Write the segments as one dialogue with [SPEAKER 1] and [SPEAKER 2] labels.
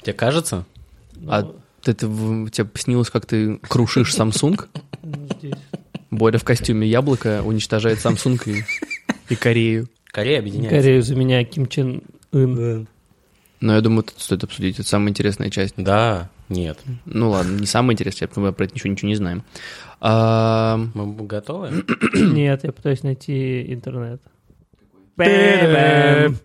[SPEAKER 1] Тебе кажется?
[SPEAKER 2] А
[SPEAKER 3] Ну,
[SPEAKER 2] ты, ты, в- тебе снилось, как ты крушишь Samsung?
[SPEAKER 3] Ну, здесь.
[SPEAKER 2] Боря в костюме яблоко уничтожает Samsung и, и Корею.
[SPEAKER 1] Корея объединяется.
[SPEAKER 3] Корею за меня Ким Чен Ын.
[SPEAKER 2] Но я думаю, тут стоит обсудить. Это самая интересная часть.
[SPEAKER 1] Да, нет.
[SPEAKER 2] Ну ладно, не самая интересная, потому что мы про это ничего, ничего не знаем. А,
[SPEAKER 1] Мы б- готовы?
[SPEAKER 3] Нет, я пытаюсь найти интернет. Бэм.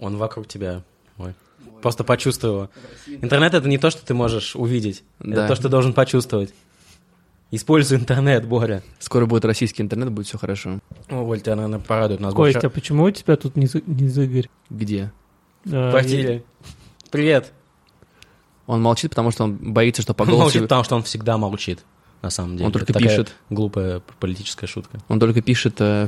[SPEAKER 1] Он вокруг тебя. Ой. Просто почувствовал. Интернет — это не то, что ты можешь увидеть.
[SPEAKER 2] Да.
[SPEAKER 1] Это то, что ты должен почувствовать. Используй интернет, Боря.
[SPEAKER 2] скоро будет российский интернет, будет все хорошо.
[SPEAKER 1] О, Воль, тебя, наверное, порадует. У нас
[SPEAKER 3] Костя,
[SPEAKER 1] больше
[SPEAKER 3] а почему у тебя тут не, зы- не зыгорь?
[SPEAKER 2] Где?
[SPEAKER 3] А,
[SPEAKER 1] в квартире. Привет.
[SPEAKER 2] Он молчит, потому что он боится, что по
[SPEAKER 1] Он молчит,
[SPEAKER 2] голосу...
[SPEAKER 1] потому что он всегда молчит, на самом деле.
[SPEAKER 2] Он
[SPEAKER 1] Это
[SPEAKER 2] только
[SPEAKER 1] такая
[SPEAKER 2] пишет.
[SPEAKER 1] глупая п- политическая шутка.
[SPEAKER 2] Он только пишет э,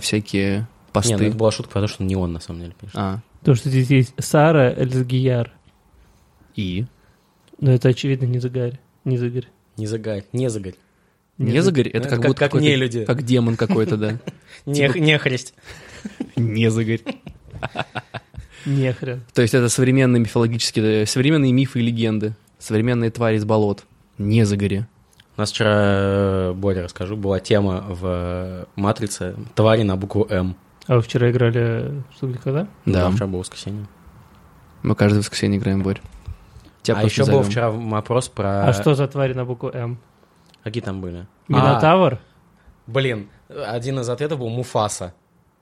[SPEAKER 1] Не,
[SPEAKER 2] всякие
[SPEAKER 1] ну
[SPEAKER 2] посты.
[SPEAKER 1] это была шутка, потому что не он, на самом деле, пишет.
[SPEAKER 2] А,
[SPEAKER 3] То, что здесь есть Сара Эльзгияр.
[SPEAKER 2] и?
[SPEAKER 3] Но это, очевидно, не зыгарь. Не зыгорь.
[SPEAKER 1] Не загарь, не загарь.
[SPEAKER 3] Не
[SPEAKER 2] Незагарь?
[SPEAKER 1] Ну,
[SPEAKER 2] Это
[SPEAKER 1] это
[SPEAKER 2] как
[SPEAKER 1] как-
[SPEAKER 2] будто
[SPEAKER 1] как
[SPEAKER 2] какой-то-
[SPEAKER 1] нелюди.
[SPEAKER 2] Как демон какой-то, да.
[SPEAKER 1] Не,
[SPEAKER 2] Типа-
[SPEAKER 1] нехресть.
[SPEAKER 2] Незагарь.
[SPEAKER 3] Не хрен.
[SPEAKER 2] То есть это современные мифологические, э, современные мифы и легенды. Современные твари из болот. Незагари.
[SPEAKER 1] У нас вчера, э, Боря, расскажу, была тема в э, «Матрице» «Твари на букву М». Ну,
[SPEAKER 3] А вы вчера играли в «Что, где, когда»?
[SPEAKER 2] Да.
[SPEAKER 1] Вчера было воскресенье.
[SPEAKER 2] Мы каждое воскресенье играем, Борь. Тебя
[SPEAKER 1] а
[SPEAKER 2] просто
[SPEAKER 1] еще был
[SPEAKER 2] зовем.
[SPEAKER 1] вчера вопрос про...
[SPEAKER 3] А, что за тварь на букву М?
[SPEAKER 1] Какие там были? А,
[SPEAKER 3] Минотавр?
[SPEAKER 1] блин, один из ответов был «Муфаса».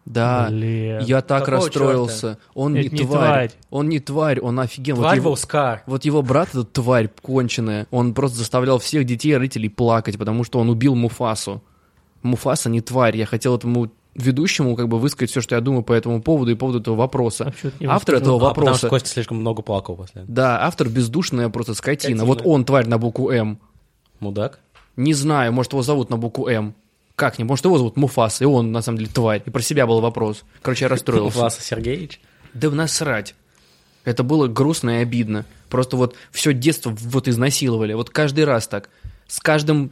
[SPEAKER 2] Да.
[SPEAKER 3] Блин.
[SPEAKER 2] Я так
[SPEAKER 1] Какого
[SPEAKER 2] расстроился. Он не,
[SPEAKER 3] Это не
[SPEAKER 2] тварь.
[SPEAKER 3] А. тварь.
[SPEAKER 2] Он не тварь, он офигел. Вот
[SPEAKER 1] «Тварь
[SPEAKER 2] его-
[SPEAKER 1] Волскар».
[SPEAKER 2] Вот его брат, этот тварь конченая, он просто заставлял всех детей и родителей плакать, потому что он убил Муфасу. Муфаса не тварь. Я хотел этому ведущему как бы высказать все, что я думаю по этому поводу и по поводу этого
[SPEAKER 3] А
[SPEAKER 2] вопроса.
[SPEAKER 3] чё ты не
[SPEAKER 2] Автор
[SPEAKER 3] высказал?
[SPEAKER 2] этого
[SPEAKER 1] А, потому
[SPEAKER 2] вопроса...
[SPEAKER 1] что Костя слишком много плакал после этого.
[SPEAKER 2] Да, автор бездушная просто
[SPEAKER 1] Скотина.
[SPEAKER 2] скотина. Вот он тварь на букву М.
[SPEAKER 1] Мудак.
[SPEAKER 2] Не знаю, может его зовут на букву М. Как не? Может его зовут Муфас, и он на самом деле тварь. И про себя был вопрос. Короче, я расстроился.
[SPEAKER 1] «Муфаса Сергеевич».
[SPEAKER 2] Да в насрать. Это было грустно и обидно. Просто вот все детство вот изнасиловали. Вот каждый раз так. С каждым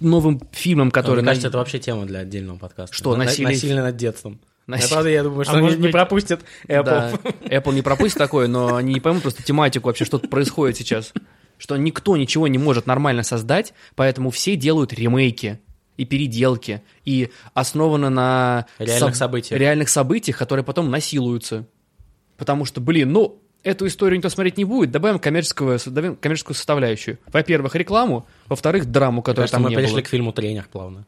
[SPEAKER 2] новым фильмом, который...
[SPEAKER 1] Мне кажется,
[SPEAKER 2] на-
[SPEAKER 1] это вообще тема для отдельного подкаста.
[SPEAKER 2] Что,
[SPEAKER 1] На- на-
[SPEAKER 2] насилие-
[SPEAKER 1] Насилие над детством.
[SPEAKER 2] Наси-
[SPEAKER 1] Я, правда, я думаю, что
[SPEAKER 3] А
[SPEAKER 1] они
[SPEAKER 3] может
[SPEAKER 1] не
[SPEAKER 3] быть-
[SPEAKER 1] пропустят Apple.
[SPEAKER 2] Да. Apple не пропустит такое, но они не поймут просто тематику вообще, что происходит сейчас. Что никто ничего не может нормально создать, поэтому все делают ремейки и переделки, и основано на
[SPEAKER 1] Реальных
[SPEAKER 2] соб-
[SPEAKER 1] событиях.
[SPEAKER 2] реальных событиях, которые потом насилуются. Потому что, блин, ну, эту историю никто смотреть не будет, добавим, коммерческого, добавим коммерческую составляющую. Во-первых, рекламу, во-вторых, драму,
[SPEAKER 1] Мне
[SPEAKER 2] которая
[SPEAKER 1] кажется,
[SPEAKER 2] там
[SPEAKER 1] мы
[SPEAKER 2] не
[SPEAKER 1] перешли
[SPEAKER 2] было.
[SPEAKER 1] к фильму «Тренер» плавно.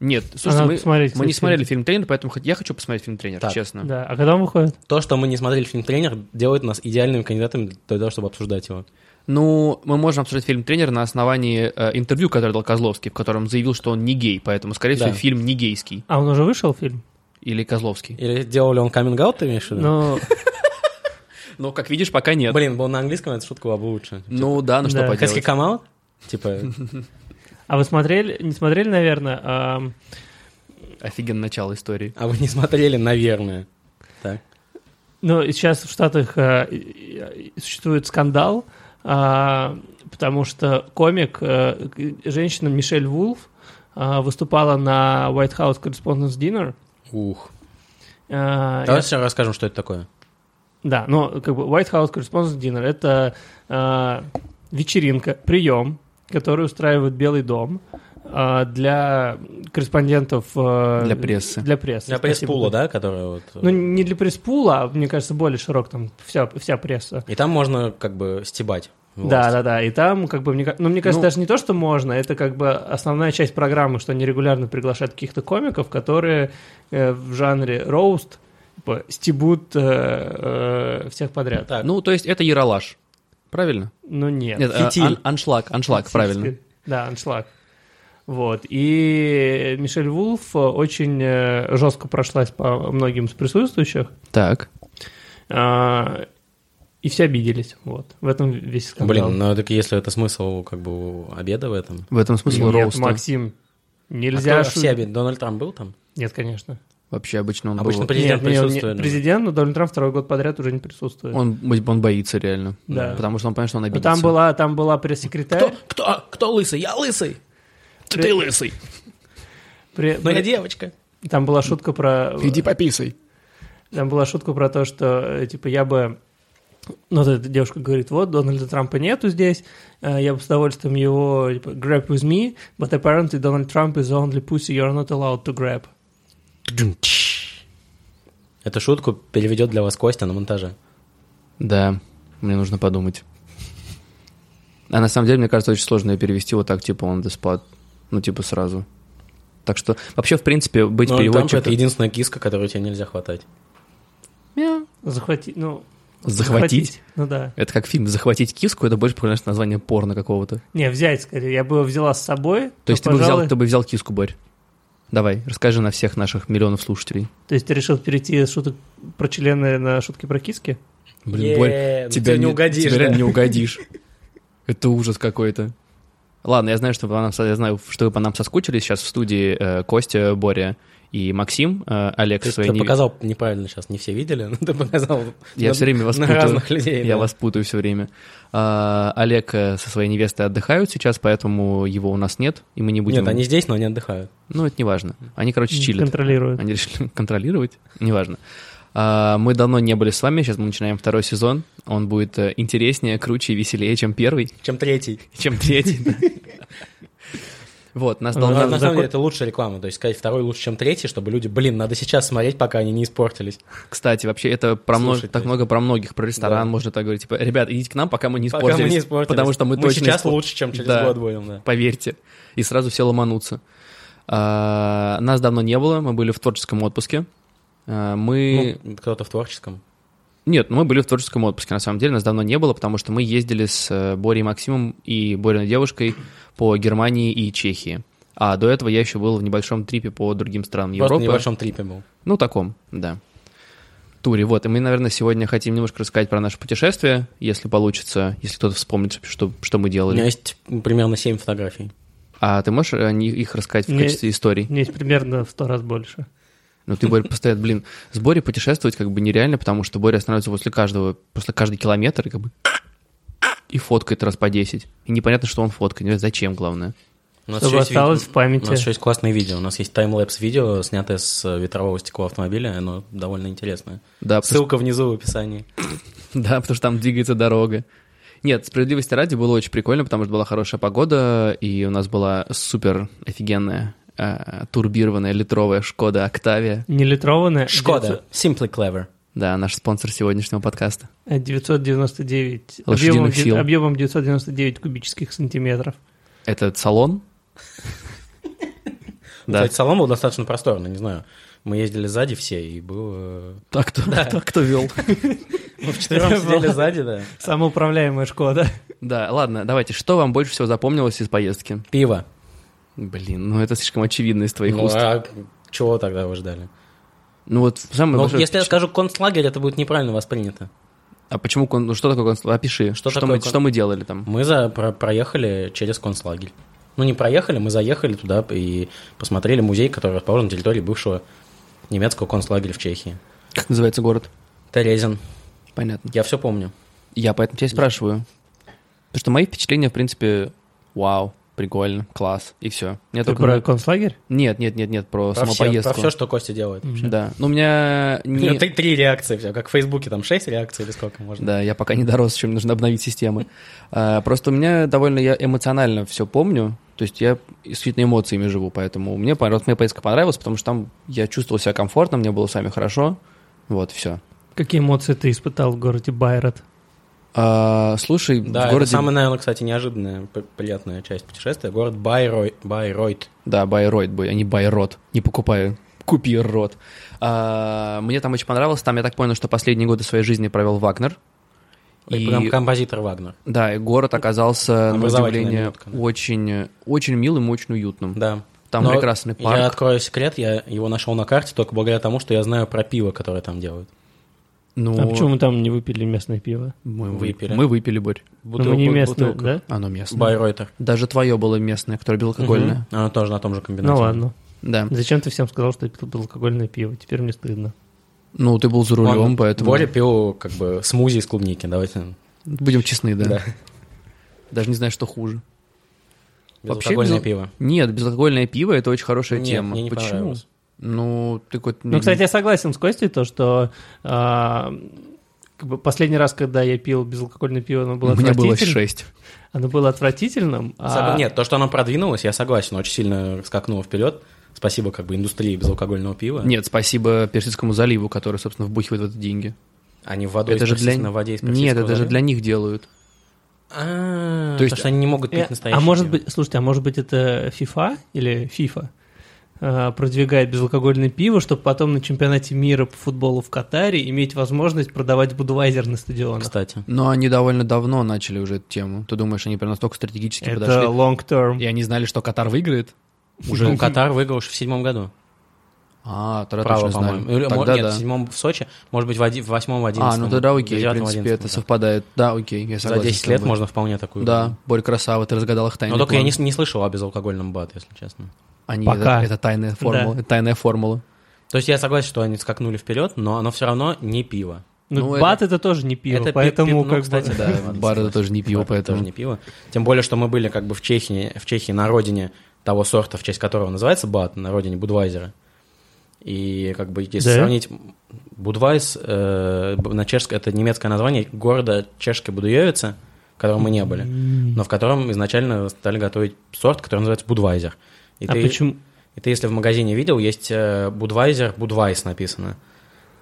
[SPEAKER 2] Нет, слушай,
[SPEAKER 3] надо
[SPEAKER 2] мы,
[SPEAKER 3] посмотреть,
[SPEAKER 2] мы не
[SPEAKER 3] кстати,
[SPEAKER 2] смотрели
[SPEAKER 3] фильм.
[SPEAKER 2] фильм «Тренер», поэтому хот- я хочу посмотреть фильм «Тренер»,
[SPEAKER 1] Так.
[SPEAKER 2] честно.
[SPEAKER 3] Да, а когда он выходит?
[SPEAKER 1] То, что мы не смотрели фильм «Тренер», делает нас идеальными кандидатами для того, чтобы обсуждать его.
[SPEAKER 2] Ну, мы можем обсуждать фильм «Тренер» на основании э, интервью, которое дал Козловский, в котором заявил, что он не гей, поэтому, скорее
[SPEAKER 1] Да.
[SPEAKER 2] всего, фильм не гейский.
[SPEAKER 3] А он уже вышел фильм?
[SPEAKER 2] Или Козловский.
[SPEAKER 1] Или делал ли он каминг-аут, ты имеешь в виду?
[SPEAKER 3] Ну,
[SPEAKER 2] Но, как видишь, пока нет.
[SPEAKER 1] Блин, был на английском, эта шутка была бы лучше.
[SPEAKER 2] Ну да, ну что
[SPEAKER 3] Да.
[SPEAKER 2] поделать.
[SPEAKER 1] Хэски камаут? Типа,
[SPEAKER 3] а вы смотрели, не смотрели, наверное, ам,
[SPEAKER 2] Офигенно начало истории.
[SPEAKER 1] а вы не смотрели, наверное. Так.
[SPEAKER 3] ну, сейчас в Штатах а, и- и существует скандал, а, потому что комик, а, к- женщина Мишель Вулф а, выступала на White House Correspondence Dinner.
[SPEAKER 1] Ух.
[SPEAKER 3] а,
[SPEAKER 1] Давай сейчас расскажем, что это такое.
[SPEAKER 3] Да, но как бы White House Correspondence Dinner это э, вечеринка, прием, который устраивает Белый дом э, для корреспондентов... э,
[SPEAKER 2] Для прессы.
[SPEAKER 3] Для прессы.
[SPEAKER 1] Для
[SPEAKER 3] спасибо.
[SPEAKER 1] пресс-пула, да, которая вот... э,
[SPEAKER 3] Ну, не для пресс-пула, а, мне кажется, более широк там вся, вся пресса.
[SPEAKER 1] И там можно как бы стебать. власть.
[SPEAKER 3] Да, да, да. И там, как бы, мне, ка- ну, мне кажется,
[SPEAKER 2] Ну-
[SPEAKER 3] даже не то, что можно, это как бы основная часть программы, что они регулярно приглашают каких-то комиков, которые э, в жанре роуст типа, стебут э, э, всех подряд.
[SPEAKER 1] Так.
[SPEAKER 2] Ну, то есть это яролаж. Правильно?
[SPEAKER 3] Ну, нет.
[SPEAKER 2] Нет, а,
[SPEAKER 1] фитиль.
[SPEAKER 2] ан- аншлаг, аншлаг, правильно.
[SPEAKER 3] Фактически. Да, аншлаг. Вот. И Мишель Вулф э, очень э, жестко прошлась по многим из присутствующих,
[SPEAKER 2] Так.
[SPEAKER 3] а, и все обиделись. Вот. В этом весь скандал.
[SPEAKER 1] Блин, ну так если это смысл как бы обеда в этом.
[SPEAKER 2] В этом смысл
[SPEAKER 3] Нет,
[SPEAKER 2] роуста.
[SPEAKER 3] Максим,
[SPEAKER 1] А
[SPEAKER 3] нельзя...
[SPEAKER 1] кто-
[SPEAKER 3] шу-
[SPEAKER 1] все обед- Дональд Трамп был там?
[SPEAKER 3] Нет, конечно.
[SPEAKER 2] Вообще обычно он
[SPEAKER 1] Обычно
[SPEAKER 2] был-
[SPEAKER 1] президент
[SPEAKER 3] Нет, не- не-
[SPEAKER 1] присутствует. ну.
[SPEAKER 3] президент, но Дональд Трамп второй год подряд уже не присутствует.
[SPEAKER 2] Он, быть- он боится реально.
[SPEAKER 3] Да.
[SPEAKER 2] Потому что он понимает, что он
[SPEAKER 3] Но
[SPEAKER 2] обидится.
[SPEAKER 3] там была, там была пресс-секретарь.
[SPEAKER 1] Кто, кто, кто лысый? Я лысый.
[SPEAKER 3] Ты
[SPEAKER 1] лысый. Ну,
[SPEAKER 3] При-
[SPEAKER 1] Но я
[SPEAKER 3] при-
[SPEAKER 1] девочка.
[SPEAKER 3] Там была шутка про...
[SPEAKER 2] пописай.
[SPEAKER 3] Там была шутка про то, что, э, типа, я бы Ну, вот эта девушка говорит, вот, Дональда Трампа нету здесь, э, я бы с удовольствием его, типа, grab with me, but apparently Donald Trump is the only pussy you're not allowed to grab.
[SPEAKER 1] Эту шутку переведет для вас Костя на монтаже.
[SPEAKER 2] Да, мне нужно подумать. А на самом деле, мне кажется, очень сложно ее перевести вот так, типа он the spot. Ну, типа сразу. Так что, вообще, в принципе, быть
[SPEAKER 1] Но Трамп
[SPEAKER 2] переводчиком...
[SPEAKER 1] Ну, это единственная киска, которую тебе нельзя хватать.
[SPEAKER 2] Мяу.
[SPEAKER 3] Захватить, ну...
[SPEAKER 2] Захватить?
[SPEAKER 3] Ну да.
[SPEAKER 2] Это как фильм «Захватить киску», это больше похоже на название порно какого-то. То
[SPEAKER 3] Не, взять скорее. Я бы его взяла с собой. но,
[SPEAKER 2] есть ты бы,
[SPEAKER 3] Ну, пожалуй-
[SPEAKER 2] взял, ты бы взял киску, Борь. Давай, расскажи на всех наших миллионов слушателей.
[SPEAKER 3] То есть ты решил перейти с шуток про члены на шутки про киски?
[SPEAKER 2] Блин,
[SPEAKER 1] Е,
[SPEAKER 2] Борь,
[SPEAKER 1] ну
[SPEAKER 2] тебя
[SPEAKER 1] ты не угодишь,
[SPEAKER 2] тебя
[SPEAKER 1] да.
[SPEAKER 2] реально не угодишь. Это ужас какой-то. Ладно, я знаю, что вы по нам, со- я знаю, что вы по нам соскучились сейчас в студии э, Костя, Боря и Максим, э, Олег
[SPEAKER 1] Ты,
[SPEAKER 2] своей
[SPEAKER 1] ты
[SPEAKER 2] не-
[SPEAKER 1] показал неправильно сейчас, не все видели, но ты показал
[SPEAKER 2] Я
[SPEAKER 1] на-
[SPEAKER 2] все время вас
[SPEAKER 1] на
[SPEAKER 2] путаю.
[SPEAKER 1] разных людей.
[SPEAKER 2] Я
[SPEAKER 1] да.
[SPEAKER 2] вас путаю все время. А, Олег э, со своей невестой отдыхают сейчас, поэтому его у нас нет, и мы не будем...
[SPEAKER 1] Нет, они здесь, но они отдыхают.
[SPEAKER 2] Ну, это не важно. Они, короче, чилят.
[SPEAKER 3] Контролируют.
[SPEAKER 2] Они решили контролировать, неважно. А, Мы давно не были с вами, сейчас мы начинаем второй сезон. Он будет э, интереснее, круче и веселее, чем первый,
[SPEAKER 1] Чем третий.
[SPEAKER 2] чем третий. да. Вот, нас
[SPEAKER 3] Ну,
[SPEAKER 1] Ну,
[SPEAKER 2] должна...
[SPEAKER 1] на
[SPEAKER 3] ладно,
[SPEAKER 1] самом
[SPEAKER 3] закон-
[SPEAKER 1] деле это лучшая реклама. То есть сказать второй лучше, чем третий, чтобы люди, блин, надо сейчас смотреть, пока они не испортились.
[SPEAKER 2] Кстати, вообще это про мно-
[SPEAKER 1] Слушать,
[SPEAKER 2] так
[SPEAKER 1] то есть.
[SPEAKER 2] много про многих, про ресторан,
[SPEAKER 1] Да.
[SPEAKER 2] можно так говорить. Типа, ребят, идите к нам, пока мы не
[SPEAKER 1] Пока мы не
[SPEAKER 2] испортились.
[SPEAKER 1] испортились.
[SPEAKER 2] Потому что мы точно
[SPEAKER 1] сейчас
[SPEAKER 2] испор-
[SPEAKER 1] лучше, чем через
[SPEAKER 2] Да.
[SPEAKER 1] год будем, да.
[SPEAKER 2] поверьте. И сразу все ломанутся. А, Нас давно не было, мы были в творческом отпуске. А, Мы...
[SPEAKER 1] Ну, кто-то в творческом.
[SPEAKER 2] Нет, ну, мы были в творческом отпуске, на самом деле, нас давно не было, потому что мы ездили с э, Борей Максимом и Бориной девушкой по Германии и Чехии. А до этого я еще был в небольшом трипе по другим странам
[SPEAKER 1] Просто
[SPEAKER 2] Европы.
[SPEAKER 1] в небольшом трипе был.
[SPEAKER 2] Ну, таком, да. Туре, вот. И мы, наверное, сегодня хотим немножко рассказать про наше путешествие, если получится, если кто-то вспомнит, что, что мы
[SPEAKER 1] У меня
[SPEAKER 2] делали.
[SPEAKER 1] есть примерно 7 фотографий.
[SPEAKER 2] А ты можешь э, они- их рассказать в
[SPEAKER 3] Не-
[SPEAKER 2] качестве историй?
[SPEAKER 3] У меня есть примерно в сто раз больше.
[SPEAKER 2] Ну, ты, Боря, постоянно, блин, с Борей путешествовать как бы нереально, потому что Боря останавливается после каждого, после каждый километр и как бы и фоткает раз по 10. И непонятно, что он фоткает. Не знаю, Зачем, главное.
[SPEAKER 1] У нас
[SPEAKER 3] Чтобы
[SPEAKER 1] ещё есть
[SPEAKER 3] осталось
[SPEAKER 1] вид-
[SPEAKER 3] в памяти.
[SPEAKER 1] У нас еще есть классное видео. У нас есть таймлэпс видео, снятое с э, ветрового стекла автомобиля. Оно довольно интересное.
[SPEAKER 2] Да, потому,
[SPEAKER 1] Ссылка внизу в описании.
[SPEAKER 2] что, да, потому что там двигается дорога. Нет, справедливости ради было очень прикольно, потому что была хорошая погода, и у нас была супер офигенная э, турбированная литровая Шкода Октавия.
[SPEAKER 3] Не литрованная.
[SPEAKER 1] Шкода. Simply clever.
[SPEAKER 2] Да, наш спонсор сегодняшнего подкаста.
[SPEAKER 3] э, 999.
[SPEAKER 2] Лошадиных
[SPEAKER 3] Объемом,
[SPEAKER 2] сил.
[SPEAKER 3] де- объемом 999 кубических сантиметров.
[SPEAKER 2] Это салон? Да.
[SPEAKER 1] Кстати, салон был достаточно просторный, не знаю. Мы ездили сзади все, и было...
[SPEAKER 2] Так А кто, так кто вел?
[SPEAKER 1] Мы вчетвером сидели сзади, да.
[SPEAKER 3] Самоуправляемая Шкода.
[SPEAKER 2] Да, ладно, давайте, что вам больше всего запомнилось из поездки?
[SPEAKER 1] Пиво.
[SPEAKER 2] Блин, ну это слишком очевидно из твоих
[SPEAKER 1] Ну,
[SPEAKER 2] уст.
[SPEAKER 1] а чего тогда вы ждали?
[SPEAKER 2] Ну вот самое
[SPEAKER 1] Ну,
[SPEAKER 2] большое-
[SPEAKER 1] если я скажу концлагерь, это будет неправильно воспринято.
[SPEAKER 2] А почему... кон- Ну что такое концлагерь? Опиши,
[SPEAKER 1] Что
[SPEAKER 2] что,
[SPEAKER 1] такое
[SPEAKER 2] мы,
[SPEAKER 1] кон-
[SPEAKER 2] что мы делали там?
[SPEAKER 1] Мы за, про- проехали через концлагерь. Ну, не проехали, мы заехали туда и посмотрели музей, который расположен на территории бывшего немецкого концлагеря в Чехии.
[SPEAKER 2] Как называется город?
[SPEAKER 1] Терезин.
[SPEAKER 2] Понятно.
[SPEAKER 1] Я все помню.
[SPEAKER 2] Я поэтому тебя и спрашиваю. Потому что мои впечатления, в принципе, вау, прикольно, класс, и все.
[SPEAKER 3] Ты про концлагерь?
[SPEAKER 2] Нет, нет, нет, нет, про,
[SPEAKER 1] Про
[SPEAKER 2] саму
[SPEAKER 1] все,
[SPEAKER 2] поездку.
[SPEAKER 1] что Костя делает.
[SPEAKER 2] Да, ну у меня...
[SPEAKER 1] У него
[SPEAKER 2] Не...
[SPEAKER 1] три, три реакции, все, как в Фейсбуке, там шесть реакций или сколько можно.
[SPEAKER 2] Да, я пока не дорос, еще мне нужно обновить системы. А, Просто у меня довольно я эмоционально все помню, то есть я исключительно эмоциями живу, поэтому мне, понрав- мне поездка понравилась, потому что там я чувствовал себя комфортно, мне было с вами хорошо, вот, все.
[SPEAKER 3] Какие эмоции ты испытал в городе Байрат?
[SPEAKER 2] А, слушай,
[SPEAKER 1] Да,
[SPEAKER 2] в
[SPEAKER 1] это
[SPEAKER 2] городе...
[SPEAKER 1] самая, наверное, кстати, неожиданная, п- приятная часть путешествия. Город Байрой, Байройт.
[SPEAKER 2] Да, Байройд, бой, а не Байрот, не покупаю, купи рот. А, мне там очень понравилось, там я так понял, что последние годы своей жизни провел Вагнер.
[SPEAKER 1] И... прям композитор Вагнер.
[SPEAKER 2] да, и город оказался, на
[SPEAKER 1] Образовательная
[SPEAKER 2] удивление,
[SPEAKER 1] минутка, да.
[SPEAKER 2] очень, очень милым, очень уютным.
[SPEAKER 1] Да.
[SPEAKER 2] Там
[SPEAKER 1] Но
[SPEAKER 2] прекрасный парк.
[SPEAKER 1] Я открою секрет, я его нашел на карте только благодаря тому, что я знаю про пиво, которое там делают.
[SPEAKER 2] Ну,
[SPEAKER 3] А почему мы там не выпили местное пиво?
[SPEAKER 2] Мы
[SPEAKER 1] Выпили.
[SPEAKER 2] выпили. Мы выпили, Борь.
[SPEAKER 3] Ну, мы не местное, да?
[SPEAKER 2] Оно местное.
[SPEAKER 1] Байройтер.
[SPEAKER 2] Даже твое было местное, которое было алкогольное.
[SPEAKER 1] Мгм. Оно тоже на том же комбинате.
[SPEAKER 3] Ну ладно.
[SPEAKER 2] Да.
[SPEAKER 3] Зачем ты всем сказал, что я пил алкогольное пиво? Теперь мне стыдно.
[SPEAKER 2] Ну, ты был за
[SPEAKER 1] Он-
[SPEAKER 2] рулем, поэтому...
[SPEAKER 1] Боря пил как бы смузи из клубники, давайте.
[SPEAKER 2] Будем честны, да.
[SPEAKER 1] Да.
[SPEAKER 2] Даже не знаю, что хуже. Вообще
[SPEAKER 1] Безалкогольное
[SPEAKER 2] без-
[SPEAKER 1] пиво.
[SPEAKER 2] Нет, безалкогольное пиво — это очень хорошая
[SPEAKER 1] Нет,
[SPEAKER 2] тема.
[SPEAKER 1] мне не
[SPEAKER 2] Почему?
[SPEAKER 1] понравилось.
[SPEAKER 2] Ну, ты какой-то...
[SPEAKER 3] Ну, кстати, я согласен с Костей, то, что а, как бы последний раз, когда я пил безалкогольное пиво, оно было
[SPEAKER 2] У меня было
[SPEAKER 3] отвратительным.
[SPEAKER 2] 6.
[SPEAKER 3] Оно было отвратительным. а-
[SPEAKER 1] Сог- Нет, то, что оно продвинулось, я согласен, очень сильно скакнуло вперед. Спасибо как бы индустрии безалкогольного пива.
[SPEAKER 2] Нет, спасибо Персидскому заливу, который, собственно, вбухивает в это деньги.
[SPEAKER 1] Они в воду
[SPEAKER 2] это
[SPEAKER 1] из
[SPEAKER 2] же для...
[SPEAKER 1] персидского- на воде из
[SPEAKER 2] Нет, это
[SPEAKER 1] персидского
[SPEAKER 2] же
[SPEAKER 1] залива?
[SPEAKER 2] для них делают.
[SPEAKER 1] А,
[SPEAKER 2] То есть-
[SPEAKER 1] потому что они не могут
[SPEAKER 3] Э,
[SPEAKER 1] пить настоящее
[SPEAKER 3] А может
[SPEAKER 1] пиво.
[SPEAKER 3] быть, слушайте, а может быть это FIFA или FIFA э, продвигает безалкогольное пиво, чтобы потом на чемпионате мира по футболу в Катаре иметь возможность продавать будвайзер на стадионах.
[SPEAKER 1] Кстати.
[SPEAKER 2] Но они довольно давно начали уже эту тему. Ты думаешь, они прям настолько стратегически
[SPEAKER 3] Это
[SPEAKER 2] подошли?
[SPEAKER 3] long term.
[SPEAKER 2] И они знали, что Катар выиграет?
[SPEAKER 1] Уже ну, Катар выиграл уж в седьмом году.
[SPEAKER 2] А, тогда
[SPEAKER 1] Право,
[SPEAKER 2] точно знали.
[SPEAKER 1] по-моему. Или,
[SPEAKER 2] Тогда
[SPEAKER 1] мо- Нет,
[SPEAKER 2] да.
[SPEAKER 1] в седьмом в Сочи, может быть, в, оди- в восьмом, в
[SPEAKER 2] А,
[SPEAKER 1] одиннадцатом.
[SPEAKER 2] ну тогда окей, в
[SPEAKER 1] девятом,
[SPEAKER 2] принципе, это
[SPEAKER 1] одиннадцатом, да.
[SPEAKER 2] совпадает. Да, окей, я
[SPEAKER 1] За
[SPEAKER 2] согласен.
[SPEAKER 1] 10
[SPEAKER 2] с тобой.
[SPEAKER 1] лет можно вполне такую...
[SPEAKER 2] Да, Борь красава, ты разгадал их тайны.
[SPEAKER 1] Но Ну, только я не, с- не слышал о безалкогольном бат, если честно.
[SPEAKER 2] Они,
[SPEAKER 3] Пока.
[SPEAKER 2] Это, это тайная формула. это тайная формула.
[SPEAKER 1] То есть я согласен, что они скакнули вперед, но оно все равно не пиво.
[SPEAKER 3] Ну,
[SPEAKER 2] Ну, это-
[SPEAKER 3] бат это... тоже не пиво,
[SPEAKER 1] Это пи-
[SPEAKER 3] поэтому
[SPEAKER 1] пи- ну,
[SPEAKER 3] как
[SPEAKER 1] кстати,
[SPEAKER 3] бы...
[SPEAKER 1] Да,
[SPEAKER 2] Да,
[SPEAKER 1] ладно,
[SPEAKER 2] бар это
[SPEAKER 1] согласен.
[SPEAKER 2] тоже не пиво,
[SPEAKER 1] Бар это
[SPEAKER 2] поэтому...
[SPEAKER 1] Тоже не пиво. Тем более, что мы были как бы в Чехии, в Чехии на родине того сорта, в честь которого называется бат, на родине Будвайзера. И как бы если
[SPEAKER 3] Да?
[SPEAKER 1] сравнить Будвайс, э, б- на чешском, это немецкое название города чешской Будуевица, в котором мы не были, но в котором изначально стали готовить сорт, который называется Будвайзер. И
[SPEAKER 3] А
[SPEAKER 1] ты-
[SPEAKER 3] почему?
[SPEAKER 1] и ты, если в магазине видел, есть э, Будвайзер, Будвайс написано.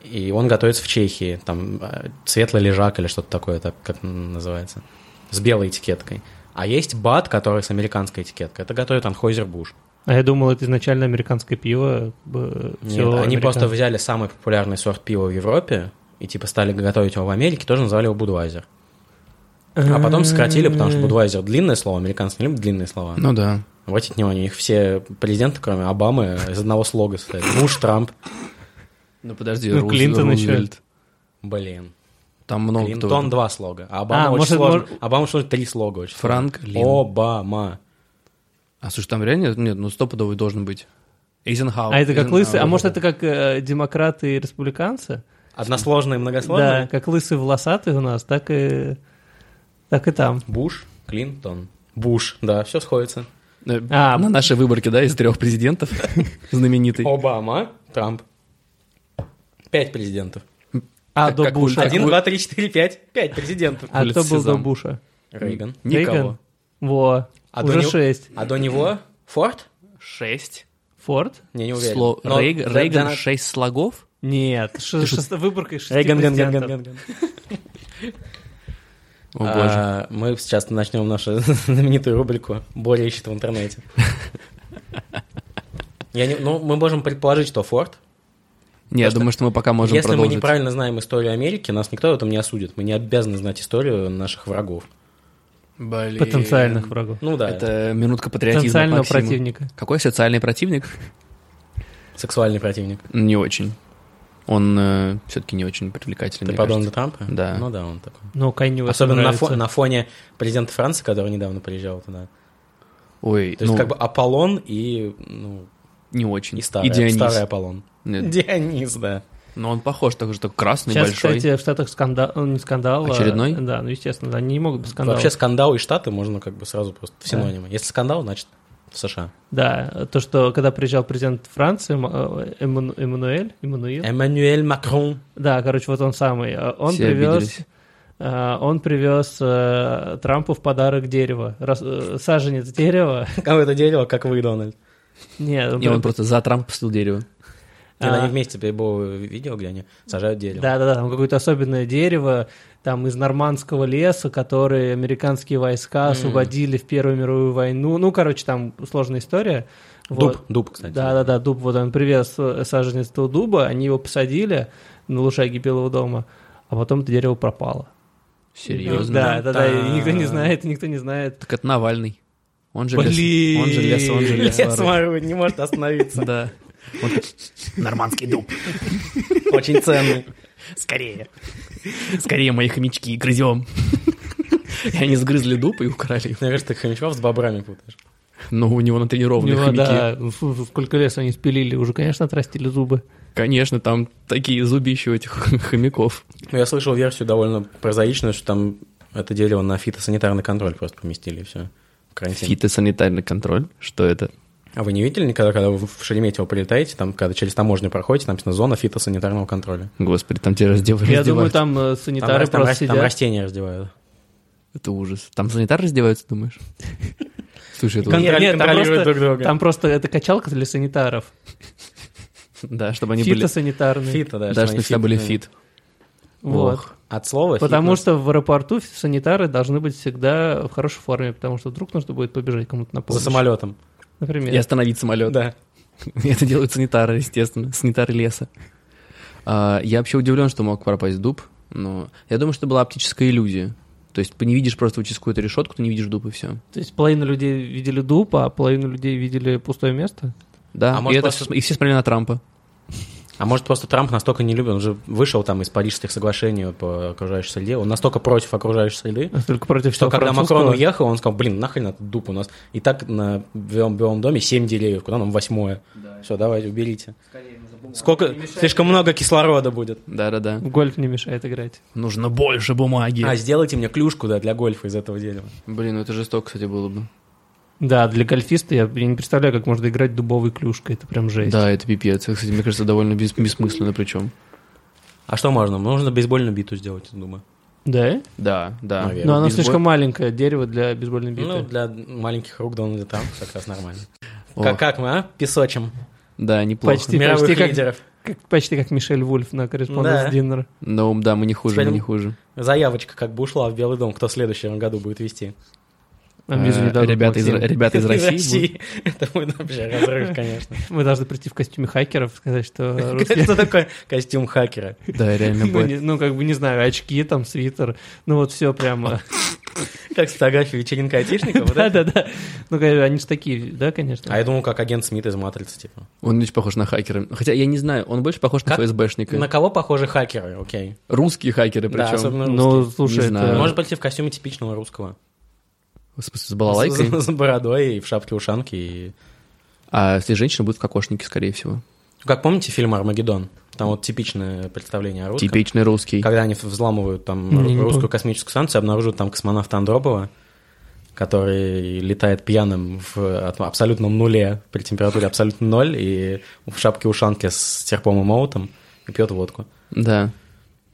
[SPEAKER 1] И он готовится в Чехии. Там э, светлый лежак или что-то такое, так как м, называется. С белой этикеткой. А есть бат, который с американской этикеткой. Это готовит Анхойзер Буш.
[SPEAKER 3] А я думал, это изначально американское пиво. как бы, всё
[SPEAKER 1] Нет, они
[SPEAKER 3] американ-
[SPEAKER 1] просто взяли самый популярный сорт пива в Европе и типа стали готовить его в Америке, тоже назвали его Будвайзер. А потом сократили, потому что Будвайзер длинное слово, американцы не любят длинные слова.
[SPEAKER 2] Ну да.
[SPEAKER 1] Обратите внимание, у них все президенты, кроме Обамы, из одного слога состоят. Буш, Трамп.
[SPEAKER 2] Ну подожди,
[SPEAKER 3] Ну,
[SPEAKER 2] Руз-
[SPEAKER 3] Клинтон еще.
[SPEAKER 2] Рузвельт.
[SPEAKER 1] Блин.
[SPEAKER 2] Там много Ну, кто.
[SPEAKER 1] Клинтон два слога, а Обама
[SPEAKER 3] А,
[SPEAKER 1] очень
[SPEAKER 3] может,
[SPEAKER 1] сложно.
[SPEAKER 3] мож-
[SPEAKER 1] Обама сложно три слога очень
[SPEAKER 2] Франк
[SPEAKER 1] сложно.
[SPEAKER 2] Лин.
[SPEAKER 1] Обама.
[SPEAKER 2] А слушай, там реально, нет, ну стопудовый должен быть. Эйзенхау.
[SPEAKER 3] А это как лысый? А может, это как э, демократы и республиканцы?
[SPEAKER 1] Односложные и
[SPEAKER 3] Да,
[SPEAKER 1] многосложные.
[SPEAKER 3] как лысый волосатый у нас, так и, так и там.
[SPEAKER 1] Буш, Клинтон. Буш, да, все сходится.
[SPEAKER 3] А.
[SPEAKER 2] Э, На нашей выборке, да, из трех президентов знаменитый.
[SPEAKER 1] Обама, Трамп. Пять президентов.
[SPEAKER 3] А
[SPEAKER 2] Как-
[SPEAKER 3] до
[SPEAKER 2] как
[SPEAKER 3] Буша.
[SPEAKER 2] Так,
[SPEAKER 1] Один,
[SPEAKER 2] вы-
[SPEAKER 1] два, три, четыре, пять. Пять президентов.
[SPEAKER 3] А кто
[SPEAKER 2] улица
[SPEAKER 3] был до
[SPEAKER 2] Сезам.
[SPEAKER 3] Буша?
[SPEAKER 1] Рейган.
[SPEAKER 2] Никого.
[SPEAKER 3] Рейган? Во.
[SPEAKER 1] А до
[SPEAKER 3] Уже
[SPEAKER 1] него-
[SPEAKER 3] шесть.
[SPEAKER 1] А до него Форд?
[SPEAKER 2] Шесть.
[SPEAKER 3] Форд?
[SPEAKER 1] Не, не уверен.
[SPEAKER 2] Сло...
[SPEAKER 1] Но
[SPEAKER 2] Рейг-
[SPEAKER 1] Джон-
[SPEAKER 2] Рейган
[SPEAKER 1] Джон-
[SPEAKER 2] шесть слогов?
[SPEAKER 3] Нет. ш- шест- Выборка из шести
[SPEAKER 1] Рейган, Рейган, Рейган,
[SPEAKER 3] президентов.
[SPEAKER 1] Рейган, Рейган.
[SPEAKER 2] О боже.
[SPEAKER 1] А, Мы сейчас начнем нашу знаменитую рубрику «Боря ищет в интернете». Я не- ну, мы можем предположить, что Форд,
[SPEAKER 2] Не, я думаю, что мы пока можем
[SPEAKER 1] Если мы
[SPEAKER 2] продолжить.
[SPEAKER 1] неправильно знаем историю Америки, нас никто в этом не осудит. Мы не обязаны знать историю наших врагов.
[SPEAKER 2] Блин.
[SPEAKER 3] Потенциальных врагов.
[SPEAKER 1] Ну да, это
[SPEAKER 2] Это минутка патриотизма.
[SPEAKER 3] Потенциального
[SPEAKER 2] Максима.
[SPEAKER 3] противника.
[SPEAKER 2] Какой социальный противник?
[SPEAKER 1] сексуальный противник.
[SPEAKER 2] Не очень. Он все-таки не очень
[SPEAKER 1] Ты
[SPEAKER 2] привлекательный.
[SPEAKER 1] про
[SPEAKER 2] мне
[SPEAKER 1] Дональда
[SPEAKER 2] кажется.
[SPEAKER 1] Трампа?
[SPEAKER 2] Да. А
[SPEAKER 1] Ну да, он такой.
[SPEAKER 3] Ну, Канье Уэст
[SPEAKER 1] Особенно на,
[SPEAKER 3] нравится.
[SPEAKER 1] фо- на фоне президента Франции, который недавно приезжал туда.
[SPEAKER 2] Ой,
[SPEAKER 1] То есть
[SPEAKER 2] ну,
[SPEAKER 1] как бы а Аполлон и, ну,
[SPEAKER 2] не очень.
[SPEAKER 1] и старый,
[SPEAKER 2] И Дионис.
[SPEAKER 1] старый Аполлон.
[SPEAKER 2] Нет.
[SPEAKER 1] Дионис, да.
[SPEAKER 2] Но он похож, такой же такой красный,
[SPEAKER 3] Сейчас,
[SPEAKER 2] большой.
[SPEAKER 3] кстати, в Штатах скандал, ну, не скандал. а-
[SPEAKER 2] Очередной?
[SPEAKER 3] Да, ну, естественно, они не могут без скандала.
[SPEAKER 1] Вообще скандал и Штаты можно как бы сразу просто в синонимы. Если скандал, значит в США.
[SPEAKER 3] Да, то, что когда приезжал президент Франции, М- э, Эмману- Эммануэль, Эммануил,
[SPEAKER 1] Эммануэль Макрон.
[SPEAKER 3] да, короче, вот он самый, э, он
[SPEAKER 2] Все
[SPEAKER 3] привез,
[SPEAKER 2] обиделись.
[SPEAKER 3] э, он привез э, Трампу в подарок дерево, Раз- э, саженец дерева,
[SPEAKER 1] Кого это дерево, как вы, Дональд.
[SPEAKER 3] нет,
[SPEAKER 2] И он просто за Трампа посадил дерево.
[SPEAKER 1] И
[SPEAKER 3] А.
[SPEAKER 1] Они вместе было видео, где они сажают дерево.
[SPEAKER 3] Да, да, да, там какое-то особенное дерево, там из нормандского леса, которые американские войска освободили в Первую мировую войну. Ну, короче, там сложная история.
[SPEAKER 1] Дуб,
[SPEAKER 3] Вот.
[SPEAKER 1] дуб, кстати.
[SPEAKER 3] Да, да, да, дуб, вот он привез э, саженец этого дуба, они его посадили на лужайке Белого дома, а потом это дерево пропало.
[SPEAKER 2] Серьезно.
[SPEAKER 3] Да,
[SPEAKER 2] А.
[SPEAKER 3] да, да, и
[SPEAKER 1] Да.
[SPEAKER 3] никто не знает, и никто не знает.
[SPEAKER 2] Так это Навальный. Он же
[SPEAKER 3] Блин.
[SPEAKER 2] лес, он же лес, он же лес.
[SPEAKER 1] Лес ворует, не может остановиться.
[SPEAKER 2] Да. Нормандский дуб.
[SPEAKER 1] Очень ценный.
[SPEAKER 2] Скорее. Скорее мои хомячки грызем. И они сгрызли дуб и украли их.
[SPEAKER 1] Наверное, ты хомячков с бобрами путаешь.
[SPEAKER 2] Но у него натренированные
[SPEAKER 3] Ну,
[SPEAKER 2] хомяки.
[SPEAKER 3] да, ну, слушай, сколько лес они спилили, уже, конечно, отрастили зубы.
[SPEAKER 2] Конечно, там такие зубища у этих хомяков.
[SPEAKER 1] Ну, я слышал версию довольно прозаичную, что там это дерево на фитосанитарный контроль просто поместили, и все. В карантин.
[SPEAKER 2] Фитосанитарный контроль. Что это?
[SPEAKER 1] А вы не видели никогда, когда вы в Шереметьево прилетаете, там, когда через таможню проходите, там написано «Зона фитосанитарного контроля».
[SPEAKER 2] Господи, там тебя раздевают.
[SPEAKER 3] Я думаю, там
[SPEAKER 1] Там,
[SPEAKER 3] э, санитары
[SPEAKER 1] рас- там
[SPEAKER 3] просто
[SPEAKER 1] рас- там
[SPEAKER 3] сидят.
[SPEAKER 1] растения раздевают.
[SPEAKER 2] Это ужас. Там санитары раздеваются, думаешь? Слушай, это
[SPEAKER 3] Кон-
[SPEAKER 2] ужас.
[SPEAKER 1] Контроль-
[SPEAKER 3] нет, там
[SPEAKER 1] контролируют
[SPEAKER 3] просто-
[SPEAKER 1] друг друга.
[SPEAKER 3] Там просто это качалка для санитаров.
[SPEAKER 2] Да, чтобы они были...
[SPEAKER 3] Фитосанитарные.
[SPEAKER 1] Фито, да.
[SPEAKER 2] Да, чтобы
[SPEAKER 1] они
[SPEAKER 2] они всегда были
[SPEAKER 1] фитные.
[SPEAKER 2] фит.
[SPEAKER 3] Вот.
[SPEAKER 2] Ох.
[SPEAKER 1] От слова
[SPEAKER 3] Потому
[SPEAKER 1] фитнес.
[SPEAKER 3] что в аэропорту санитары должны быть всегда в хорошей форме, потому что вдруг нужно будет побежать кому-то на
[SPEAKER 1] За
[SPEAKER 3] помощь.
[SPEAKER 1] самолетом.
[SPEAKER 3] Например.
[SPEAKER 2] И остановить самолет.
[SPEAKER 1] Да.
[SPEAKER 2] Это делают санитары, естественно, санитары леса. А, Я вообще удивлен, что мог пропасть дуб, но я думаю, что это была оптическая иллюзия. То есть ты не видишь просто через какую-то решетку, ты не видишь дуб и все.
[SPEAKER 3] То есть половина людей видели дуб, а половина людей видели пустое место?
[SPEAKER 2] Да,
[SPEAKER 1] А
[SPEAKER 2] и,
[SPEAKER 1] может,
[SPEAKER 2] это
[SPEAKER 1] просто-
[SPEAKER 2] все, и все смотрели на Трампа.
[SPEAKER 1] А может, просто Трамп настолько не любит, он же вышел там из парижских соглашений вот по окружающей среде, он настолько против окружающей среды,
[SPEAKER 3] Только против
[SPEAKER 1] что
[SPEAKER 3] всего
[SPEAKER 1] когда
[SPEAKER 3] французского.
[SPEAKER 1] Макрон уехал, он сказал, блин, нахрен этот дуп у нас. И так на Белом, Белом доме 7 деревьев, куда нам восьмое. Все, давайте, уберите. Сколько, слишком много кислорода будет.
[SPEAKER 2] Да-да-да.
[SPEAKER 3] В гольф не мешает играть.
[SPEAKER 2] Нужно больше бумаги.
[SPEAKER 1] А сделайте мне клюшку да, для гольфа из этого дерева.
[SPEAKER 2] Блин, ну это жестоко, кстати, было бы.
[SPEAKER 3] Да, для гольфиста я, я не представляю, как можно играть дубовой клюшкой. Это прям жесть.
[SPEAKER 2] Да, это пипец. Это, Кстати, мне кажется, довольно бес- бессмысленно причем.
[SPEAKER 1] А что можно? Нужно бейсбольную биту сделать, думаю.
[SPEAKER 3] Да?
[SPEAKER 2] Да, да. Ну,
[SPEAKER 1] Наверное.
[SPEAKER 3] Но оно
[SPEAKER 2] Бейсбол-
[SPEAKER 3] слишком маленькое дерево для бейсбольной биты.
[SPEAKER 1] Ну, для маленьких рук Дональда Трампа как раз нормально.
[SPEAKER 2] Ох,
[SPEAKER 1] Как, как мы, а? Песочим.
[SPEAKER 2] Да, неплохо.
[SPEAKER 3] Почти.
[SPEAKER 1] Мировых
[SPEAKER 3] почти как-
[SPEAKER 1] лидеров.
[SPEAKER 3] Как- почти как Мишель Вульф на корреспонденс
[SPEAKER 1] Да.
[SPEAKER 3] Диннер.
[SPEAKER 2] Но Ну, да, мы не хуже,
[SPEAKER 1] Теперь-
[SPEAKER 2] мы не хуже.
[SPEAKER 1] Заявочка как бы ушла в Белый дом, кто в следующем году будет вести.
[SPEAKER 3] А визу не
[SPEAKER 2] Э,
[SPEAKER 3] дадут,
[SPEAKER 2] ребята, из,
[SPEAKER 3] Максим.
[SPEAKER 2] ребята из России. будут.
[SPEAKER 1] Это будет вообще разрыв, конечно.
[SPEAKER 3] Мы должны прийти в костюме хакеров, сказать, что русские...
[SPEAKER 1] Что такое костюм хакера?
[SPEAKER 2] Да, реально
[SPEAKER 3] Ну,
[SPEAKER 2] будет.
[SPEAKER 3] не- ну, как бы, не знаю, очки, там, свитер, ну, вот все прямо.
[SPEAKER 1] Как с фотографией вечеринка айтишника? вот это?
[SPEAKER 3] Да-да-да. Ну, конечно, они же такие, да, конечно.
[SPEAKER 1] А я думал, как агент Смит из «Матрицы», типа.
[SPEAKER 2] Он очень похож на хакера. Хотя я не знаю, он больше похож на
[SPEAKER 1] Как?
[SPEAKER 2] ФСБшника.
[SPEAKER 1] На кого похожи хакеры, окей?
[SPEAKER 2] Русские хакеры причем.
[SPEAKER 1] Да, особенно
[SPEAKER 3] Ну,
[SPEAKER 1] русские.
[SPEAKER 3] слушай,
[SPEAKER 2] Не
[SPEAKER 3] это-
[SPEAKER 2] знаю.
[SPEAKER 1] Может пойти в костюме типичного русского.
[SPEAKER 2] В смысле, с
[SPEAKER 1] С-
[SPEAKER 2] балалайкой.
[SPEAKER 1] С с бородой и в шапке-ушанке. и-
[SPEAKER 2] А если женщина будет в кокошнике, скорее всего.
[SPEAKER 1] Как помните фильм «Армагеддон»? Там вот типичное представление о русском.
[SPEAKER 2] Типичный русский.
[SPEAKER 1] Когда они взламывают там
[SPEAKER 3] Не, не
[SPEAKER 1] ру- русскую
[SPEAKER 3] помню.
[SPEAKER 1] космическую станцию, обнаруживают там космонавта Андропова, который летает пьяным в от- абсолютном нуле, при температуре абсолютно ноль, и в шапке-ушанке с серпом и молотом, и пьет водку.
[SPEAKER 2] Да.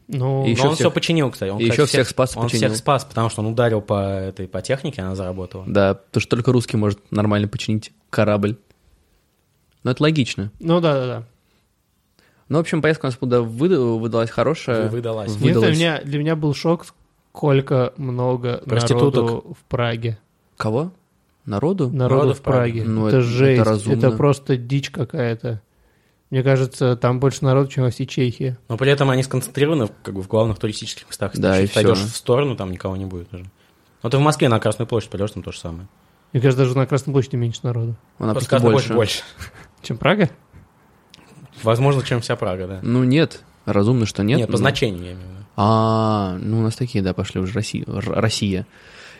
[SPEAKER 3] Ну,
[SPEAKER 1] Но
[SPEAKER 2] И еще
[SPEAKER 1] он
[SPEAKER 2] всех-
[SPEAKER 1] все починил, кстати. Он,
[SPEAKER 2] и еще
[SPEAKER 1] кстати,
[SPEAKER 2] всех спас и
[SPEAKER 1] Он
[SPEAKER 2] починил.
[SPEAKER 1] всех спас, потому что он ударил по этой по технике, она заработала.
[SPEAKER 2] Да, потому что только русский может нормально починить корабль. Ну, это логично.
[SPEAKER 3] ну, да-да-да.
[SPEAKER 2] Ну, в общем, поездка у нас туда выда- выдалась хорошая.
[SPEAKER 1] Выдалась.
[SPEAKER 2] в-
[SPEAKER 3] Нет, Для
[SPEAKER 2] Выдалось.
[SPEAKER 3] меня, для меня был шок, сколько много
[SPEAKER 1] Проституток.
[SPEAKER 3] народу в Праге.
[SPEAKER 2] Кого? Народу?
[SPEAKER 3] Народу в Праге.
[SPEAKER 2] Ну,
[SPEAKER 3] это,
[SPEAKER 2] это- это
[SPEAKER 3] жесть. Это,
[SPEAKER 2] разумно.
[SPEAKER 3] просто дичь какая-то. Мне кажется, там больше народу, чем во всей Чехии.
[SPEAKER 1] Но при этом они сконцентрированы в- как бы в главных туристических местах. Если
[SPEAKER 2] Да,
[SPEAKER 1] ты
[SPEAKER 2] и всё.
[SPEAKER 1] пойдешь в сторону, там никого не будет уже. Вот ты в Москве на Красную площадь пойдешь, там то же самое.
[SPEAKER 3] Мне кажется, даже на Красной площади меньше народу.
[SPEAKER 2] Она
[SPEAKER 1] Просто
[SPEAKER 2] просто
[SPEAKER 1] Красная
[SPEAKER 2] больше.
[SPEAKER 1] площадь больше.
[SPEAKER 3] Чем Прага?
[SPEAKER 1] Возможно, чем вся Прага, да.
[SPEAKER 2] Ну, нет. Разумно, что нет.
[SPEAKER 1] Нет, ну, по
[SPEAKER 2] но-
[SPEAKER 1] значению, я имею в виду.
[SPEAKER 2] А, ну у нас такие, да, пошли уже Россия. Р- Россия.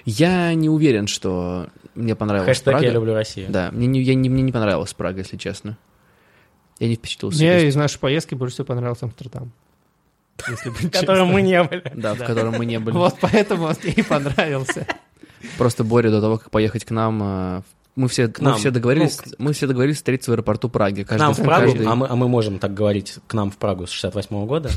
[SPEAKER 2] Я не уверен, что мне понравилась
[SPEAKER 1] Хэштег
[SPEAKER 2] Прага.
[SPEAKER 1] «Я люблю Россию».
[SPEAKER 2] Да, мне не, я не- мне не понравилась Прага, если честно. Я не впечатлился.
[SPEAKER 3] Мне
[SPEAKER 2] То
[SPEAKER 3] из нашей поездки больше всего понравился Амстердам. Если быть
[SPEAKER 1] Которым мы не были.
[SPEAKER 2] есть- Да, в котором мы не были.
[SPEAKER 3] Вот поэтому он мне и понравился.
[SPEAKER 2] Просто Боря до того, как поехать к нам, а, мы все, мы
[SPEAKER 1] нам.
[SPEAKER 2] все договорились,
[SPEAKER 1] Ну,
[SPEAKER 2] мы все договорились встретиться в аэропорту Праги.
[SPEAKER 1] К
[SPEAKER 2] Каждый,
[SPEAKER 1] нам в Прагу,
[SPEAKER 2] каждый-
[SPEAKER 1] а мы, а мы можем так говорить, к нам в Прагу с 68 года.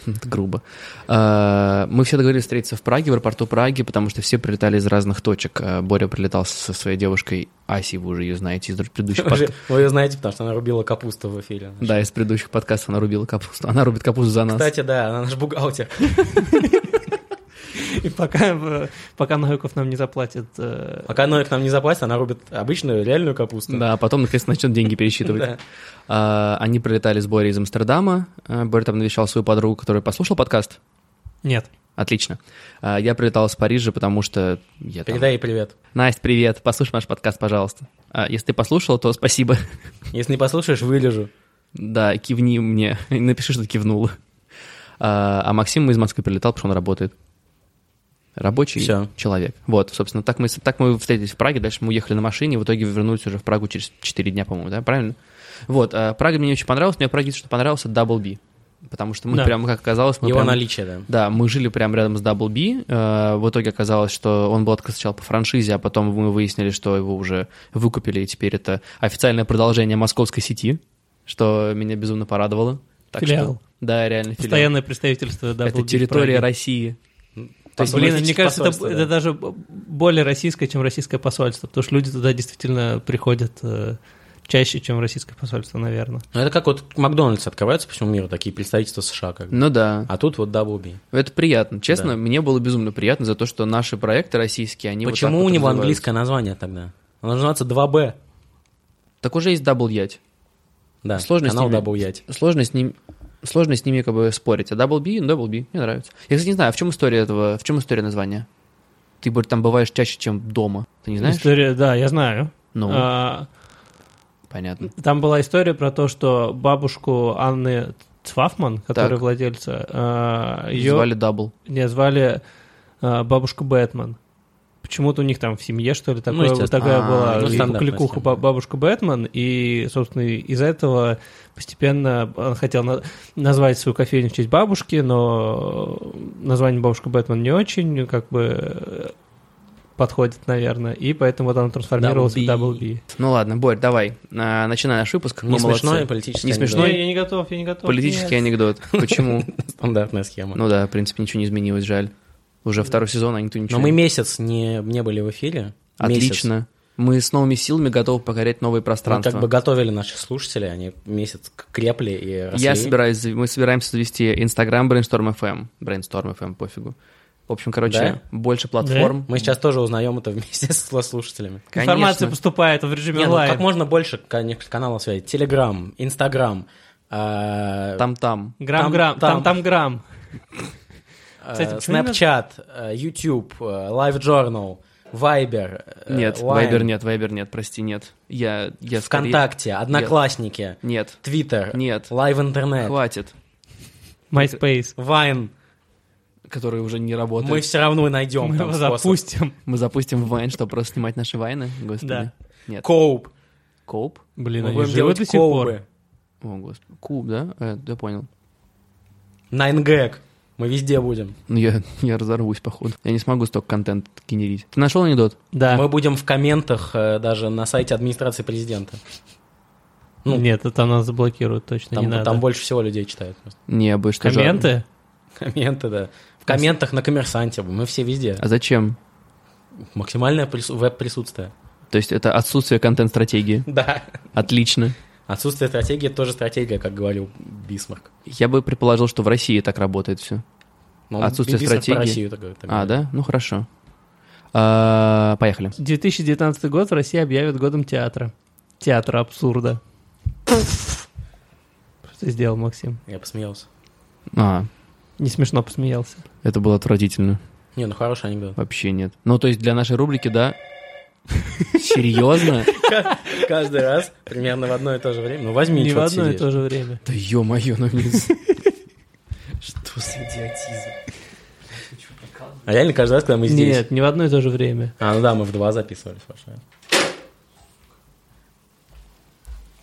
[SPEAKER 2] Это грубо. А, Мы все договорились встретиться в Праге, в аэропорту Праги, потому что все прилетали из разных точек. А, Боря прилетал со своей девушкой Асей, вы уже ее знаете из предыдущих
[SPEAKER 1] Вы
[SPEAKER 2] подкастов.
[SPEAKER 1] же- вы ее знаете, потому что она рубила капусту в эфире.
[SPEAKER 2] Да, из предыдущих подкастов она рубила капусту. Она рубит капусту за нас.
[SPEAKER 1] Кстати, да, она наш бухгалтер.
[SPEAKER 3] И пока, э, пока Новиков нам не заплатит... э,
[SPEAKER 1] Пока Ноя к нам не заплатит, А она рубит обычную реальную капусту.
[SPEAKER 2] Да, а потом наконец начнет деньги пересчитывать.
[SPEAKER 1] Да.
[SPEAKER 2] А, Они прилетали с Борей из Амстердама. А, Боря там навещал свою подругу, которая послушала подкаст.
[SPEAKER 3] Нет.
[SPEAKER 2] Отлично. А, Я прилетал из Парижа, потому что я там...
[SPEAKER 1] Передай ей привет.
[SPEAKER 2] Настя, привет, послушай наш подкаст, пожалуйста. А, Если ты послушала, то спасибо.
[SPEAKER 1] Если не послушаешь, вылежу.
[SPEAKER 2] Да, кивни мне, напиши, что ты кивнула. А а Максим из Москвы прилетал, потому что он работает. Рабочий
[SPEAKER 1] Всё.
[SPEAKER 2] человек. Вот, собственно, так мы, с- так мы встретились в Праге, дальше мы уехали на машине, в итоге вернулись уже в Прагу через 4 дня, по-моему, да, правильно? Вот, а, Прага мне не очень понравилась, мне в Праге, что понравился, Double B. Потому что мы
[SPEAKER 3] Да.
[SPEAKER 2] прям, как оказалось, мы
[SPEAKER 1] Его
[SPEAKER 2] прям-
[SPEAKER 1] наличие, да.
[SPEAKER 2] Да, мы жили прямо рядом с Double B. э, В итоге оказалось, что он был открыт сначала по франшизе, а потом мы выяснили, что его уже выкупили, и теперь это официальное продолжение московской сети, что меня безумно порадовало. Так
[SPEAKER 3] Филиал.
[SPEAKER 2] что- да, реально филиал.
[SPEAKER 3] Постоянное представительство Double
[SPEAKER 2] это
[SPEAKER 3] D в
[SPEAKER 2] территория
[SPEAKER 3] Праге.
[SPEAKER 2] России.
[SPEAKER 3] То есть, блин, мне кажется, это,
[SPEAKER 1] Посольство, да.
[SPEAKER 3] это даже б- более российское, чем российское посольство, потому что люди туда действительно приходят э, чаще, чем в российское посольство, наверное.
[SPEAKER 1] Ну, это как вот Макдональдс открывается по всему миру, такие представительства США как бы.
[SPEAKER 2] Ну да,
[SPEAKER 1] А тут вот Даблби.
[SPEAKER 2] это приятно. Честно,
[SPEAKER 1] Да.
[SPEAKER 2] мне было безумно приятно за то, что наши проекты российские, они вот
[SPEAKER 1] Почему
[SPEAKER 2] так
[SPEAKER 1] у
[SPEAKER 2] вот
[SPEAKER 1] него
[SPEAKER 2] развиваются.
[SPEAKER 1] английское название тогда? Оно называется 2Б.
[SPEAKER 2] Так уже есть Double Ять.
[SPEAKER 1] Да,
[SPEAKER 2] Сложно с
[SPEAKER 1] канал
[SPEAKER 2] ними.
[SPEAKER 1] Double Ять.
[SPEAKER 2] Сложно с ним сложно с ними как бы спорить. А Double B, ну, Double B, мне нравится. Я, кстати, не знаю, а в чем история этого, в чем история названия? Ты Борь, там бываешь чаще, чем дома. Ты не знаешь?
[SPEAKER 3] История, да, я знаю.
[SPEAKER 2] Ну,
[SPEAKER 3] А,
[SPEAKER 2] понятно.
[SPEAKER 3] Там была история про то, что бабушку Анны Цвафман, которая
[SPEAKER 2] Так.
[SPEAKER 3] владельца, а, ее
[SPEAKER 2] Ее... Звали Double.
[SPEAKER 3] не звали а, бабушка Бэтмен. Почему-то у них там в семье, что ли, такое,
[SPEAKER 1] естественно.
[SPEAKER 3] такая
[SPEAKER 2] А,
[SPEAKER 3] была
[SPEAKER 1] ну,
[SPEAKER 3] и
[SPEAKER 1] стандартная
[SPEAKER 3] кликуха
[SPEAKER 1] схема.
[SPEAKER 3] ба- бабушка Бэтмен, и, собственно, из-за этого постепенно он хотел на- назвать свою кофейню в честь бабушки, но название бабушка Бэтмен не очень, как бы, э, подходит, наверное, и поэтому вот оно трансформировалось в
[SPEAKER 1] Double
[SPEAKER 3] Double
[SPEAKER 1] B.
[SPEAKER 3] B.
[SPEAKER 2] Ну ладно, Борь, давай, а, начинай наш выпуск.
[SPEAKER 1] Не
[SPEAKER 2] Мы молодцы.
[SPEAKER 1] смешное политическое.
[SPEAKER 2] Не смешное?
[SPEAKER 1] анекдот.
[SPEAKER 3] я не готов, я не готов.
[SPEAKER 2] Политический
[SPEAKER 3] нет.
[SPEAKER 2] анекдот. Почему?
[SPEAKER 1] Стандартная схема.
[SPEAKER 2] Ну да, в принципе, ничего не изменилось, жаль. Уже второй сезон, а никто ничего
[SPEAKER 1] Но мы
[SPEAKER 2] не-
[SPEAKER 1] месяц не, не были в эфире. Месяц.
[SPEAKER 2] Отлично. Мы с новыми силами готовы покорять новые
[SPEAKER 1] Мы
[SPEAKER 2] пространства.
[SPEAKER 1] как бы готовили наших слушателей, они месяц к- крепли и росли.
[SPEAKER 2] Я собираюсь, зав- мы собираемся завести Инстаграм Brainstorm FM. Brainstorm FM, пофигу. В общем, короче, больше платформ.
[SPEAKER 1] Мы сейчас тоже узнаем это вместе с слушателями.
[SPEAKER 3] Информация
[SPEAKER 2] Конечно.
[SPEAKER 3] поступает в режиме
[SPEAKER 1] Не, ну,
[SPEAKER 3] онлайн.
[SPEAKER 1] как можно больше, конечно, каналов связи. Телеграм, Инстаграм. а,
[SPEAKER 2] Там-там.
[SPEAKER 3] Грамм-грамм,
[SPEAKER 1] там-
[SPEAKER 3] там-там грамм.
[SPEAKER 1] а,
[SPEAKER 3] Кстати, почему не
[SPEAKER 1] Snapchat, а, YouTube, а, Live Journal, Viber. э,
[SPEAKER 2] Нет,
[SPEAKER 1] Line,
[SPEAKER 2] Вайбер нет, Вайбер нет, прости, нет. Я, я скорее-
[SPEAKER 1] ВКонтакте, Э, Одноклассники,
[SPEAKER 2] Нет,
[SPEAKER 1] Twitter,
[SPEAKER 2] нет,
[SPEAKER 1] Live Интернет,
[SPEAKER 2] хватит.
[SPEAKER 3] MySpace.
[SPEAKER 1] Вайн.
[SPEAKER 2] Который уже не работает.
[SPEAKER 1] Мы все равно найдем
[SPEAKER 3] Мы
[SPEAKER 1] там
[SPEAKER 3] его
[SPEAKER 1] способ.
[SPEAKER 3] запустим.
[SPEAKER 2] Мы запустим Вайн, чтобы просто снимать наши Вайны, господи.
[SPEAKER 3] Да.
[SPEAKER 2] Нет,
[SPEAKER 1] Коуп.
[SPEAKER 2] Коуп?
[SPEAKER 3] Блин,
[SPEAKER 1] Мы
[SPEAKER 3] они
[SPEAKER 1] будем
[SPEAKER 3] живут до
[SPEAKER 1] делать
[SPEAKER 3] сих пор.
[SPEAKER 1] коубы.
[SPEAKER 2] О, господи. Куб, да? Э, я понял.
[SPEAKER 1] 9gag. Мы везде будем.
[SPEAKER 2] Ну, я, я разорвусь, походу. Я не смогу столько контента генерить. Ты нашел анекдот?
[SPEAKER 3] Да.
[SPEAKER 1] Мы будем в комментах э, даже на сайте администрации президента. Ну,
[SPEAKER 3] Нет, это нас заблокируют точно, не
[SPEAKER 1] Там, там
[SPEAKER 3] надо.
[SPEAKER 1] больше всего людей читают. просто.
[SPEAKER 2] Не, бы что жалко.
[SPEAKER 3] Комменты?
[SPEAKER 1] Комменты, да. В комментах на коммерсанте. Мы все везде.
[SPEAKER 2] А зачем?
[SPEAKER 1] Максимальное прису- веб-присутствие.
[SPEAKER 2] То есть это отсутствие контент-стратегии.
[SPEAKER 1] Да.
[SPEAKER 2] Отлично.
[SPEAKER 1] Отсутствие стратегии тоже стратегия, как говорил Бисмарк.
[SPEAKER 2] Я бы предположил, что в России так работает все.
[SPEAKER 1] Но он-
[SPEAKER 2] Отсутствие
[SPEAKER 1] Ну, Бисмарк про
[SPEAKER 2] стратегии.
[SPEAKER 1] Россию так говорит, так
[SPEAKER 2] А,
[SPEAKER 1] говорит.
[SPEAKER 2] да? Ну хорошо. А, поехали.
[SPEAKER 3] 2019 год в России объявят годом театра. Театра абсурда. Что ты сделал, Максим?
[SPEAKER 1] Я посмеялся.
[SPEAKER 2] А,
[SPEAKER 3] Не смешно посмеялся.
[SPEAKER 2] это было отвратительно.
[SPEAKER 1] Не, ну хороший анекдот.
[SPEAKER 2] Вообще нет. Ну, то есть для нашей рубрики, да? Серьезно?
[SPEAKER 1] Каждый раз примерно в одно и то же время. Ну возьми,
[SPEAKER 3] Не в
[SPEAKER 1] чё ты
[SPEAKER 3] одно и
[SPEAKER 1] сидишь.
[SPEAKER 3] то же время.
[SPEAKER 2] Да ё-моё, ну блин.
[SPEAKER 1] Что за идиотизм? А реально каждый раз, когда мы здесь...
[SPEAKER 3] Нет, не в одно и то же время.
[SPEAKER 1] А, ну да, мы в два записывались, вообще.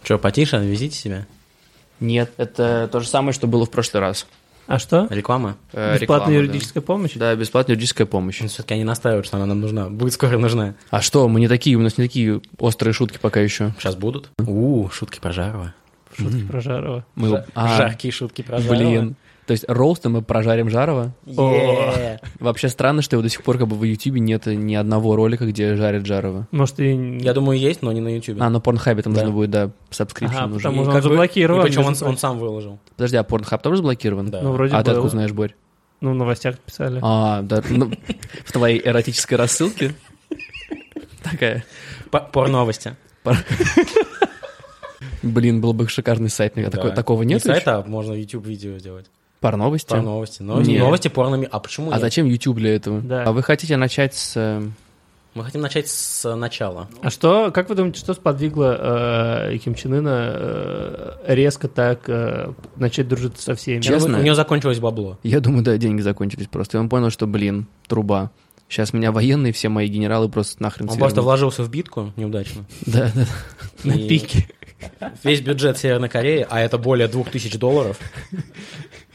[SPEAKER 1] Че, потише, везите себя?
[SPEAKER 2] Нет, это то же самое, что было в прошлый раз.
[SPEAKER 3] А что?
[SPEAKER 1] Реклама?
[SPEAKER 2] Э, реклама,
[SPEAKER 3] Бесплатная
[SPEAKER 2] да.
[SPEAKER 3] юридическая помощь?
[SPEAKER 2] Да, бесплатная юридическая помощь.
[SPEAKER 1] Все-таки они настаивают, что она нам нужна. Будет скоро нужна.
[SPEAKER 2] А что, мы не такие, у нас не такие острые шутки пока еще.
[SPEAKER 1] Сейчас будут. У, шутки про Жарова.
[SPEAKER 3] Шутки про Жарова.
[SPEAKER 2] Мы...
[SPEAKER 1] Жа-
[SPEAKER 2] А,
[SPEAKER 1] Жаркие шутки про Жарова.
[SPEAKER 2] Блин. То есть роусты мы прожарим Жарова?
[SPEAKER 1] Е.
[SPEAKER 2] Вообще странно, что его до сих пор как бы в Ютубе нет ни одного ролика, где жарят Жарова.
[SPEAKER 3] Может, и... не-
[SPEAKER 1] Я думаю, есть, но не на Ютубе.
[SPEAKER 2] А, на Порнхабе там
[SPEAKER 1] Да.
[SPEAKER 2] нужно будет, да, сабскрипшн
[SPEAKER 3] Ага,
[SPEAKER 2] нужен.
[SPEAKER 3] потому что
[SPEAKER 1] И
[SPEAKER 3] он
[SPEAKER 1] как бы-
[SPEAKER 3] заблокирован.
[SPEAKER 1] И причем он,
[SPEAKER 3] между
[SPEAKER 1] он
[SPEAKER 3] прочим.
[SPEAKER 1] сам выложил.
[SPEAKER 2] Подожди, а Порнхаб тоже заблокирован?
[SPEAKER 1] Да.
[SPEAKER 3] Ну, вроде
[SPEAKER 2] А ты
[SPEAKER 3] был.
[SPEAKER 2] откуда знаешь, Борь?
[SPEAKER 3] Ну, в новостях писали.
[SPEAKER 2] А, да, ну, в твоей эротической рассылке? Такая.
[SPEAKER 1] По- Порновости.
[SPEAKER 2] Блин, был бы шикарный сайт. наверное.
[SPEAKER 1] Да.
[SPEAKER 2] Такой- Такого
[SPEAKER 1] Не
[SPEAKER 2] нет? ведь?
[SPEAKER 1] сайта, а можно YouTube видео сделать.
[SPEAKER 2] Порновости?
[SPEAKER 1] Про новости. Новости,
[SPEAKER 2] Нет.
[SPEAKER 1] новости порно. А почему
[SPEAKER 2] А
[SPEAKER 1] нет?
[SPEAKER 2] зачем YouTube для этого?
[SPEAKER 3] Да.
[SPEAKER 2] А вы хотите начать с... э,
[SPEAKER 1] Мы хотим начать с начала.
[SPEAKER 3] А что, как вы думаете, что сподвигло э, Ким Чен Ына э, резко так э, начать дружить со всеми?
[SPEAKER 2] Честно?
[SPEAKER 1] У него закончилось бабло.
[SPEAKER 2] Я думаю, да, деньги закончились просто. И он понял, что, блин, труба. Сейчас меня военные, все мои генералы просто нахрен
[SPEAKER 1] Он
[SPEAKER 2] все
[SPEAKER 1] просто
[SPEAKER 2] вернут.
[SPEAKER 1] вложился в битку неудачно.
[SPEAKER 2] Да, да.
[SPEAKER 3] На
[SPEAKER 1] И-
[SPEAKER 3] пике.
[SPEAKER 1] Весь бюджет Северной Кореи, а это более 2000 долларов,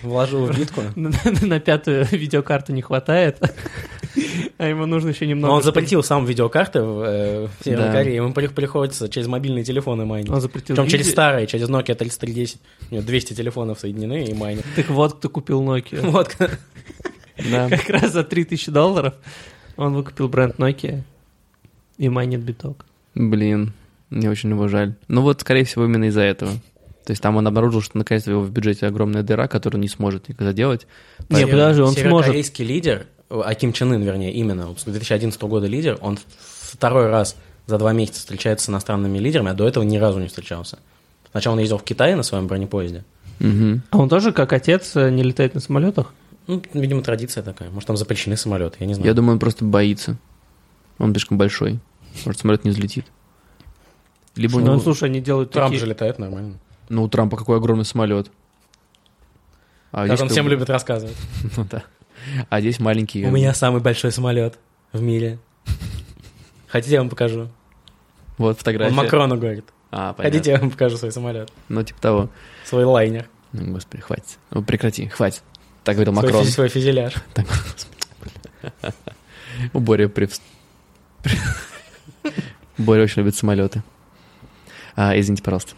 [SPEAKER 1] вложил в битку.
[SPEAKER 3] На, на- на пятую видеокарту не хватает, а ему нужно еще немного.
[SPEAKER 1] Но он запретил сам видеокарты в, э, в Северной
[SPEAKER 2] Да.
[SPEAKER 1] Корее, ему при- приходится через мобильные телефоны майнить.
[SPEAKER 3] Он запретил
[SPEAKER 1] Причем через
[SPEAKER 3] видео.
[SPEAKER 1] старые, через Nokia 3310. У него 200 телефонов соединены и майнит.
[SPEAKER 3] Так вот, кто купил Nokia.
[SPEAKER 1] Вот.
[SPEAKER 2] Да.
[SPEAKER 3] Как раз за 3000 долларов он выкупил бренд Nokia и майнит биток.
[SPEAKER 2] Блин, мне очень его жаль. Ну вот, скорее всего, именно из-за этого. То есть там он обнаружил, что наконец-то его в бюджете огромная дыра, которую он не сможет никогда делать.
[SPEAKER 3] Не, подожди, он сможет.
[SPEAKER 1] Северокорейский лидер, э, а Ким Чен Ын, вернее, именно, вот с 2011 года лидер, он второй раз за два месяца встречается с иностранными лидерами, а до этого ни разу не встречался. Сначала он ездил в Китай на своем бронепоезде.
[SPEAKER 2] Мгм.
[SPEAKER 3] А он тоже, как отец, э, не летает на самолетах?
[SPEAKER 1] Ну, видимо, традиция такая. Может, там запрещены самолеты, я не знаю.
[SPEAKER 2] Я думаю, он просто боится. Он слишком большой. Может, самолет не взлетит. Либо у
[SPEAKER 3] Ну,
[SPEAKER 2] него...
[SPEAKER 3] слушай, они делают
[SPEAKER 1] Трамп
[SPEAKER 3] такие...
[SPEAKER 1] же летает нормально.
[SPEAKER 2] Ну, у Трампа какой огромный самолет. А
[SPEAKER 1] Как
[SPEAKER 2] здесь
[SPEAKER 1] он всем
[SPEAKER 2] бы-
[SPEAKER 1] любит рассказывать.
[SPEAKER 2] Ну да. А здесь маленький.
[SPEAKER 1] У меня самый большой самолет в мире. Хотите, я вам покажу?
[SPEAKER 2] Вот
[SPEAKER 1] Он
[SPEAKER 2] фотография.
[SPEAKER 1] Макрону говорит.
[SPEAKER 2] А, понятно.
[SPEAKER 1] Хотите, я вам покажу свой самолет,
[SPEAKER 2] Ну, типа того.
[SPEAKER 1] свой лайнер,
[SPEAKER 2] Ну, господи, хватит. Ну, прекрати, хватит. Так говорил
[SPEAKER 1] свой
[SPEAKER 2] Макрон.
[SPEAKER 1] фюз- свой фюзеляж.
[SPEAKER 2] У Ну, Боря привс- при- Боря очень любит самолеты. А, извините, пожалуйста.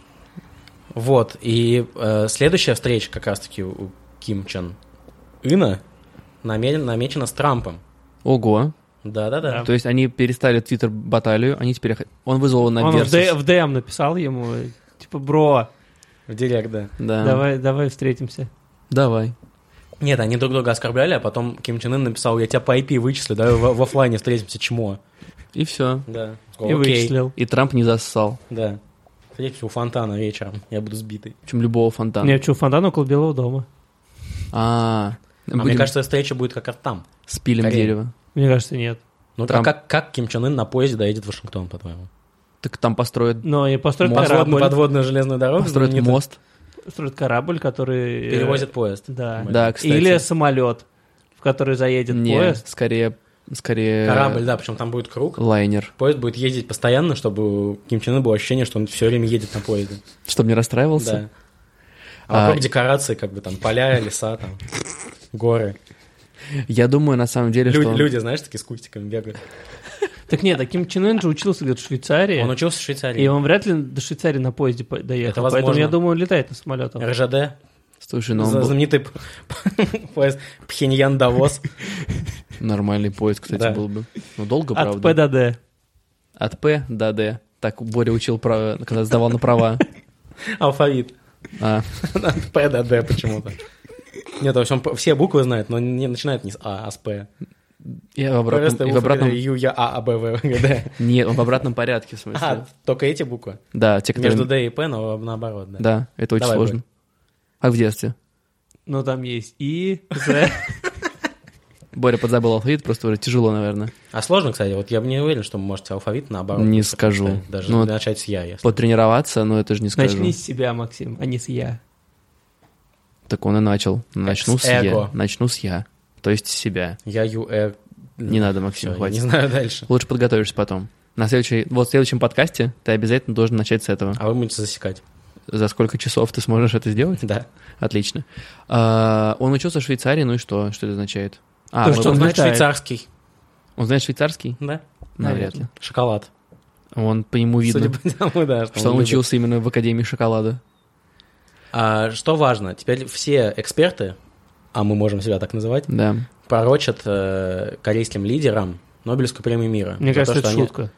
[SPEAKER 1] Вот, и э, следующая встреча как раз-таки у- у Ким Чен Ына намерен- намечена с Трампом.
[SPEAKER 2] Ого.
[SPEAKER 1] Да-да-да.
[SPEAKER 3] Да.
[SPEAKER 2] То есть они перестали твиттер баталию, они теперь... ох- Он вызвал на
[SPEAKER 3] Он в,
[SPEAKER 2] Версус.
[SPEAKER 3] Д- в DM написал ему, э, типа, бро,
[SPEAKER 1] В директ, да.
[SPEAKER 2] Да.
[SPEAKER 3] давай, давай встретимся.
[SPEAKER 2] Давай.
[SPEAKER 1] Нет, они друг друга оскорбляли, а потом Ким Чен Ын написал, я тебя по IP вычислю, давай в, в оффлайне встретимся, чмо.
[SPEAKER 2] И все.
[SPEAKER 1] Да.
[SPEAKER 3] И вычислил.
[SPEAKER 2] И Трамп не зассал.
[SPEAKER 1] Да. Встретимся у фонтана вечером, я буду сбитый.
[SPEAKER 2] Причем любого фонтана.
[SPEAKER 3] Не, что, фонтан около Белого дома.
[SPEAKER 2] А,
[SPEAKER 1] А мне
[SPEAKER 2] будем-
[SPEAKER 1] кажется, встреча будет как раз там.
[SPEAKER 2] спилим
[SPEAKER 1] скорее.
[SPEAKER 2] дерево.
[SPEAKER 3] Мне кажется, нет.
[SPEAKER 1] Ну, а
[SPEAKER 2] Трамп.
[SPEAKER 1] как, как Ким Чен Ын на поезде доедет в Вашингтон, по-твоему?
[SPEAKER 2] Так там построят,
[SPEAKER 3] Но и построят
[SPEAKER 1] Подводную,
[SPEAKER 3] корабль,
[SPEAKER 1] подводную железную дорогу?
[SPEAKER 2] построят
[SPEAKER 1] знаменитую?
[SPEAKER 2] мост.
[SPEAKER 3] строят корабль, который... э,
[SPEAKER 1] Перевозят поезд.
[SPEAKER 3] Да.
[SPEAKER 2] Да, кстати.
[SPEAKER 3] Или самолет, в который заедет
[SPEAKER 2] Не,
[SPEAKER 3] поезд.
[SPEAKER 2] скорее, скорее
[SPEAKER 1] Корабль, да, причем там будет круг.
[SPEAKER 2] лайнер.
[SPEAKER 1] Поезд будет ездить постоянно, чтобы у Ким Чен Ына было ощущение, что он все время едет на поезде.
[SPEAKER 2] Чтобы не расстраивался.
[SPEAKER 1] Да. А
[SPEAKER 2] А-
[SPEAKER 1] вокруг декорации, как бы там поля, леса, там, горы.
[SPEAKER 2] Я думаю, на самом деле,
[SPEAKER 1] Лю-
[SPEAKER 2] что...
[SPEAKER 1] Люди, знаешь, такие с кустиками бегают.
[SPEAKER 3] Так нет, таким Чен Ын же учился где-то в Швейцарии.
[SPEAKER 1] Он учился в
[SPEAKER 3] И
[SPEAKER 1] Швейцарии.
[SPEAKER 3] он вряд ли до Швейцарии на поезде по- доехал.
[SPEAKER 1] Это возможно.
[SPEAKER 3] Поэтому, я думаю, он летает на самолетах.
[SPEAKER 1] РЖД,
[SPEAKER 2] Слушай, ну он
[SPEAKER 1] за-
[SPEAKER 2] был-
[SPEAKER 1] знаменитый п- поезд Пхеньян-Давос.
[SPEAKER 2] нормальный поезд, кстати,
[SPEAKER 1] Да.
[SPEAKER 2] был бы. Ну, долго,
[SPEAKER 3] От
[SPEAKER 2] правда.
[SPEAKER 3] П до Д.
[SPEAKER 2] От П до Д. Так Боря учил, право, когда сдавал на права.
[SPEAKER 1] Алфавит.
[SPEAKER 2] А,
[SPEAKER 1] П до Д почему-то. Нет, то есть он п- все буквы знает, но не начинает не с А, а с П.
[SPEAKER 2] и в обратном...
[SPEAKER 1] Просто
[SPEAKER 2] и в
[SPEAKER 1] буквы,
[SPEAKER 2] обратном...
[SPEAKER 1] которые Ю, Я, А, А, Б, В, В, Г, Д.
[SPEAKER 2] Не, в обратном порядке, в смысле.
[SPEAKER 1] А, только эти буквы?
[SPEAKER 2] Да, те, которые...
[SPEAKER 1] Между Д и П, но наоборот, да.
[SPEAKER 2] Да, это очень
[SPEAKER 1] Давай,
[SPEAKER 2] сложно. Как в детстве.
[SPEAKER 3] Но там есть И, З.
[SPEAKER 2] Боря подзабыл алфавит, просто уже тяжело, наверное.
[SPEAKER 1] А сложно, кстати, вот я бы не уверен, что вы можете алфавит наоборот.
[SPEAKER 2] Не
[SPEAKER 1] как-то
[SPEAKER 2] скажу.
[SPEAKER 1] поставить, Даже
[SPEAKER 2] Ну,
[SPEAKER 1] начать с я, если.
[SPEAKER 2] Потренироваться, но это же не скажу.
[SPEAKER 3] Начни с себя, Максим, а не с я.
[SPEAKER 2] Так он и начал. Начну
[SPEAKER 1] С
[SPEAKER 2] с, я.
[SPEAKER 1] эго.
[SPEAKER 2] Начну с я. То есть с себя.
[SPEAKER 1] Я, ю, э,
[SPEAKER 2] Не надо,
[SPEAKER 1] все,
[SPEAKER 2] Максим,
[SPEAKER 1] я не
[SPEAKER 2] хватит.
[SPEAKER 1] знаю дальше.
[SPEAKER 2] Лучше подготовишься потом. На следующей, вот в следующем подкасте ты обязательно должен начать с этого.
[SPEAKER 1] А вы будете засекать.
[SPEAKER 2] За сколько часов ты сможешь это сделать?
[SPEAKER 1] Да.
[SPEAKER 2] Отлично. А, он учился в Швейцарии, ну и что? Что это означает? А,
[SPEAKER 3] То,
[SPEAKER 2] мы-
[SPEAKER 3] что
[SPEAKER 1] он,
[SPEAKER 2] он,
[SPEAKER 3] он
[SPEAKER 1] знает
[SPEAKER 3] летает.
[SPEAKER 1] швейцарский,
[SPEAKER 2] знает швейцарский?
[SPEAKER 1] да?
[SPEAKER 2] Навряд ли.
[SPEAKER 1] Шоколад.
[SPEAKER 2] Он по нему видно,
[SPEAKER 1] Судя по тому, да, что,
[SPEAKER 2] что он
[SPEAKER 1] любит.
[SPEAKER 2] учился именно в Академии шоколада.
[SPEAKER 1] А, что важно, теперь все эксперты, а мы можем себя так называть,
[SPEAKER 2] Да.
[SPEAKER 1] пророчат э, корейским лидерам Нобелевскую премию мира.
[SPEAKER 3] Мне
[SPEAKER 1] За то,
[SPEAKER 3] кажется, это
[SPEAKER 1] что они-
[SPEAKER 3] шутка.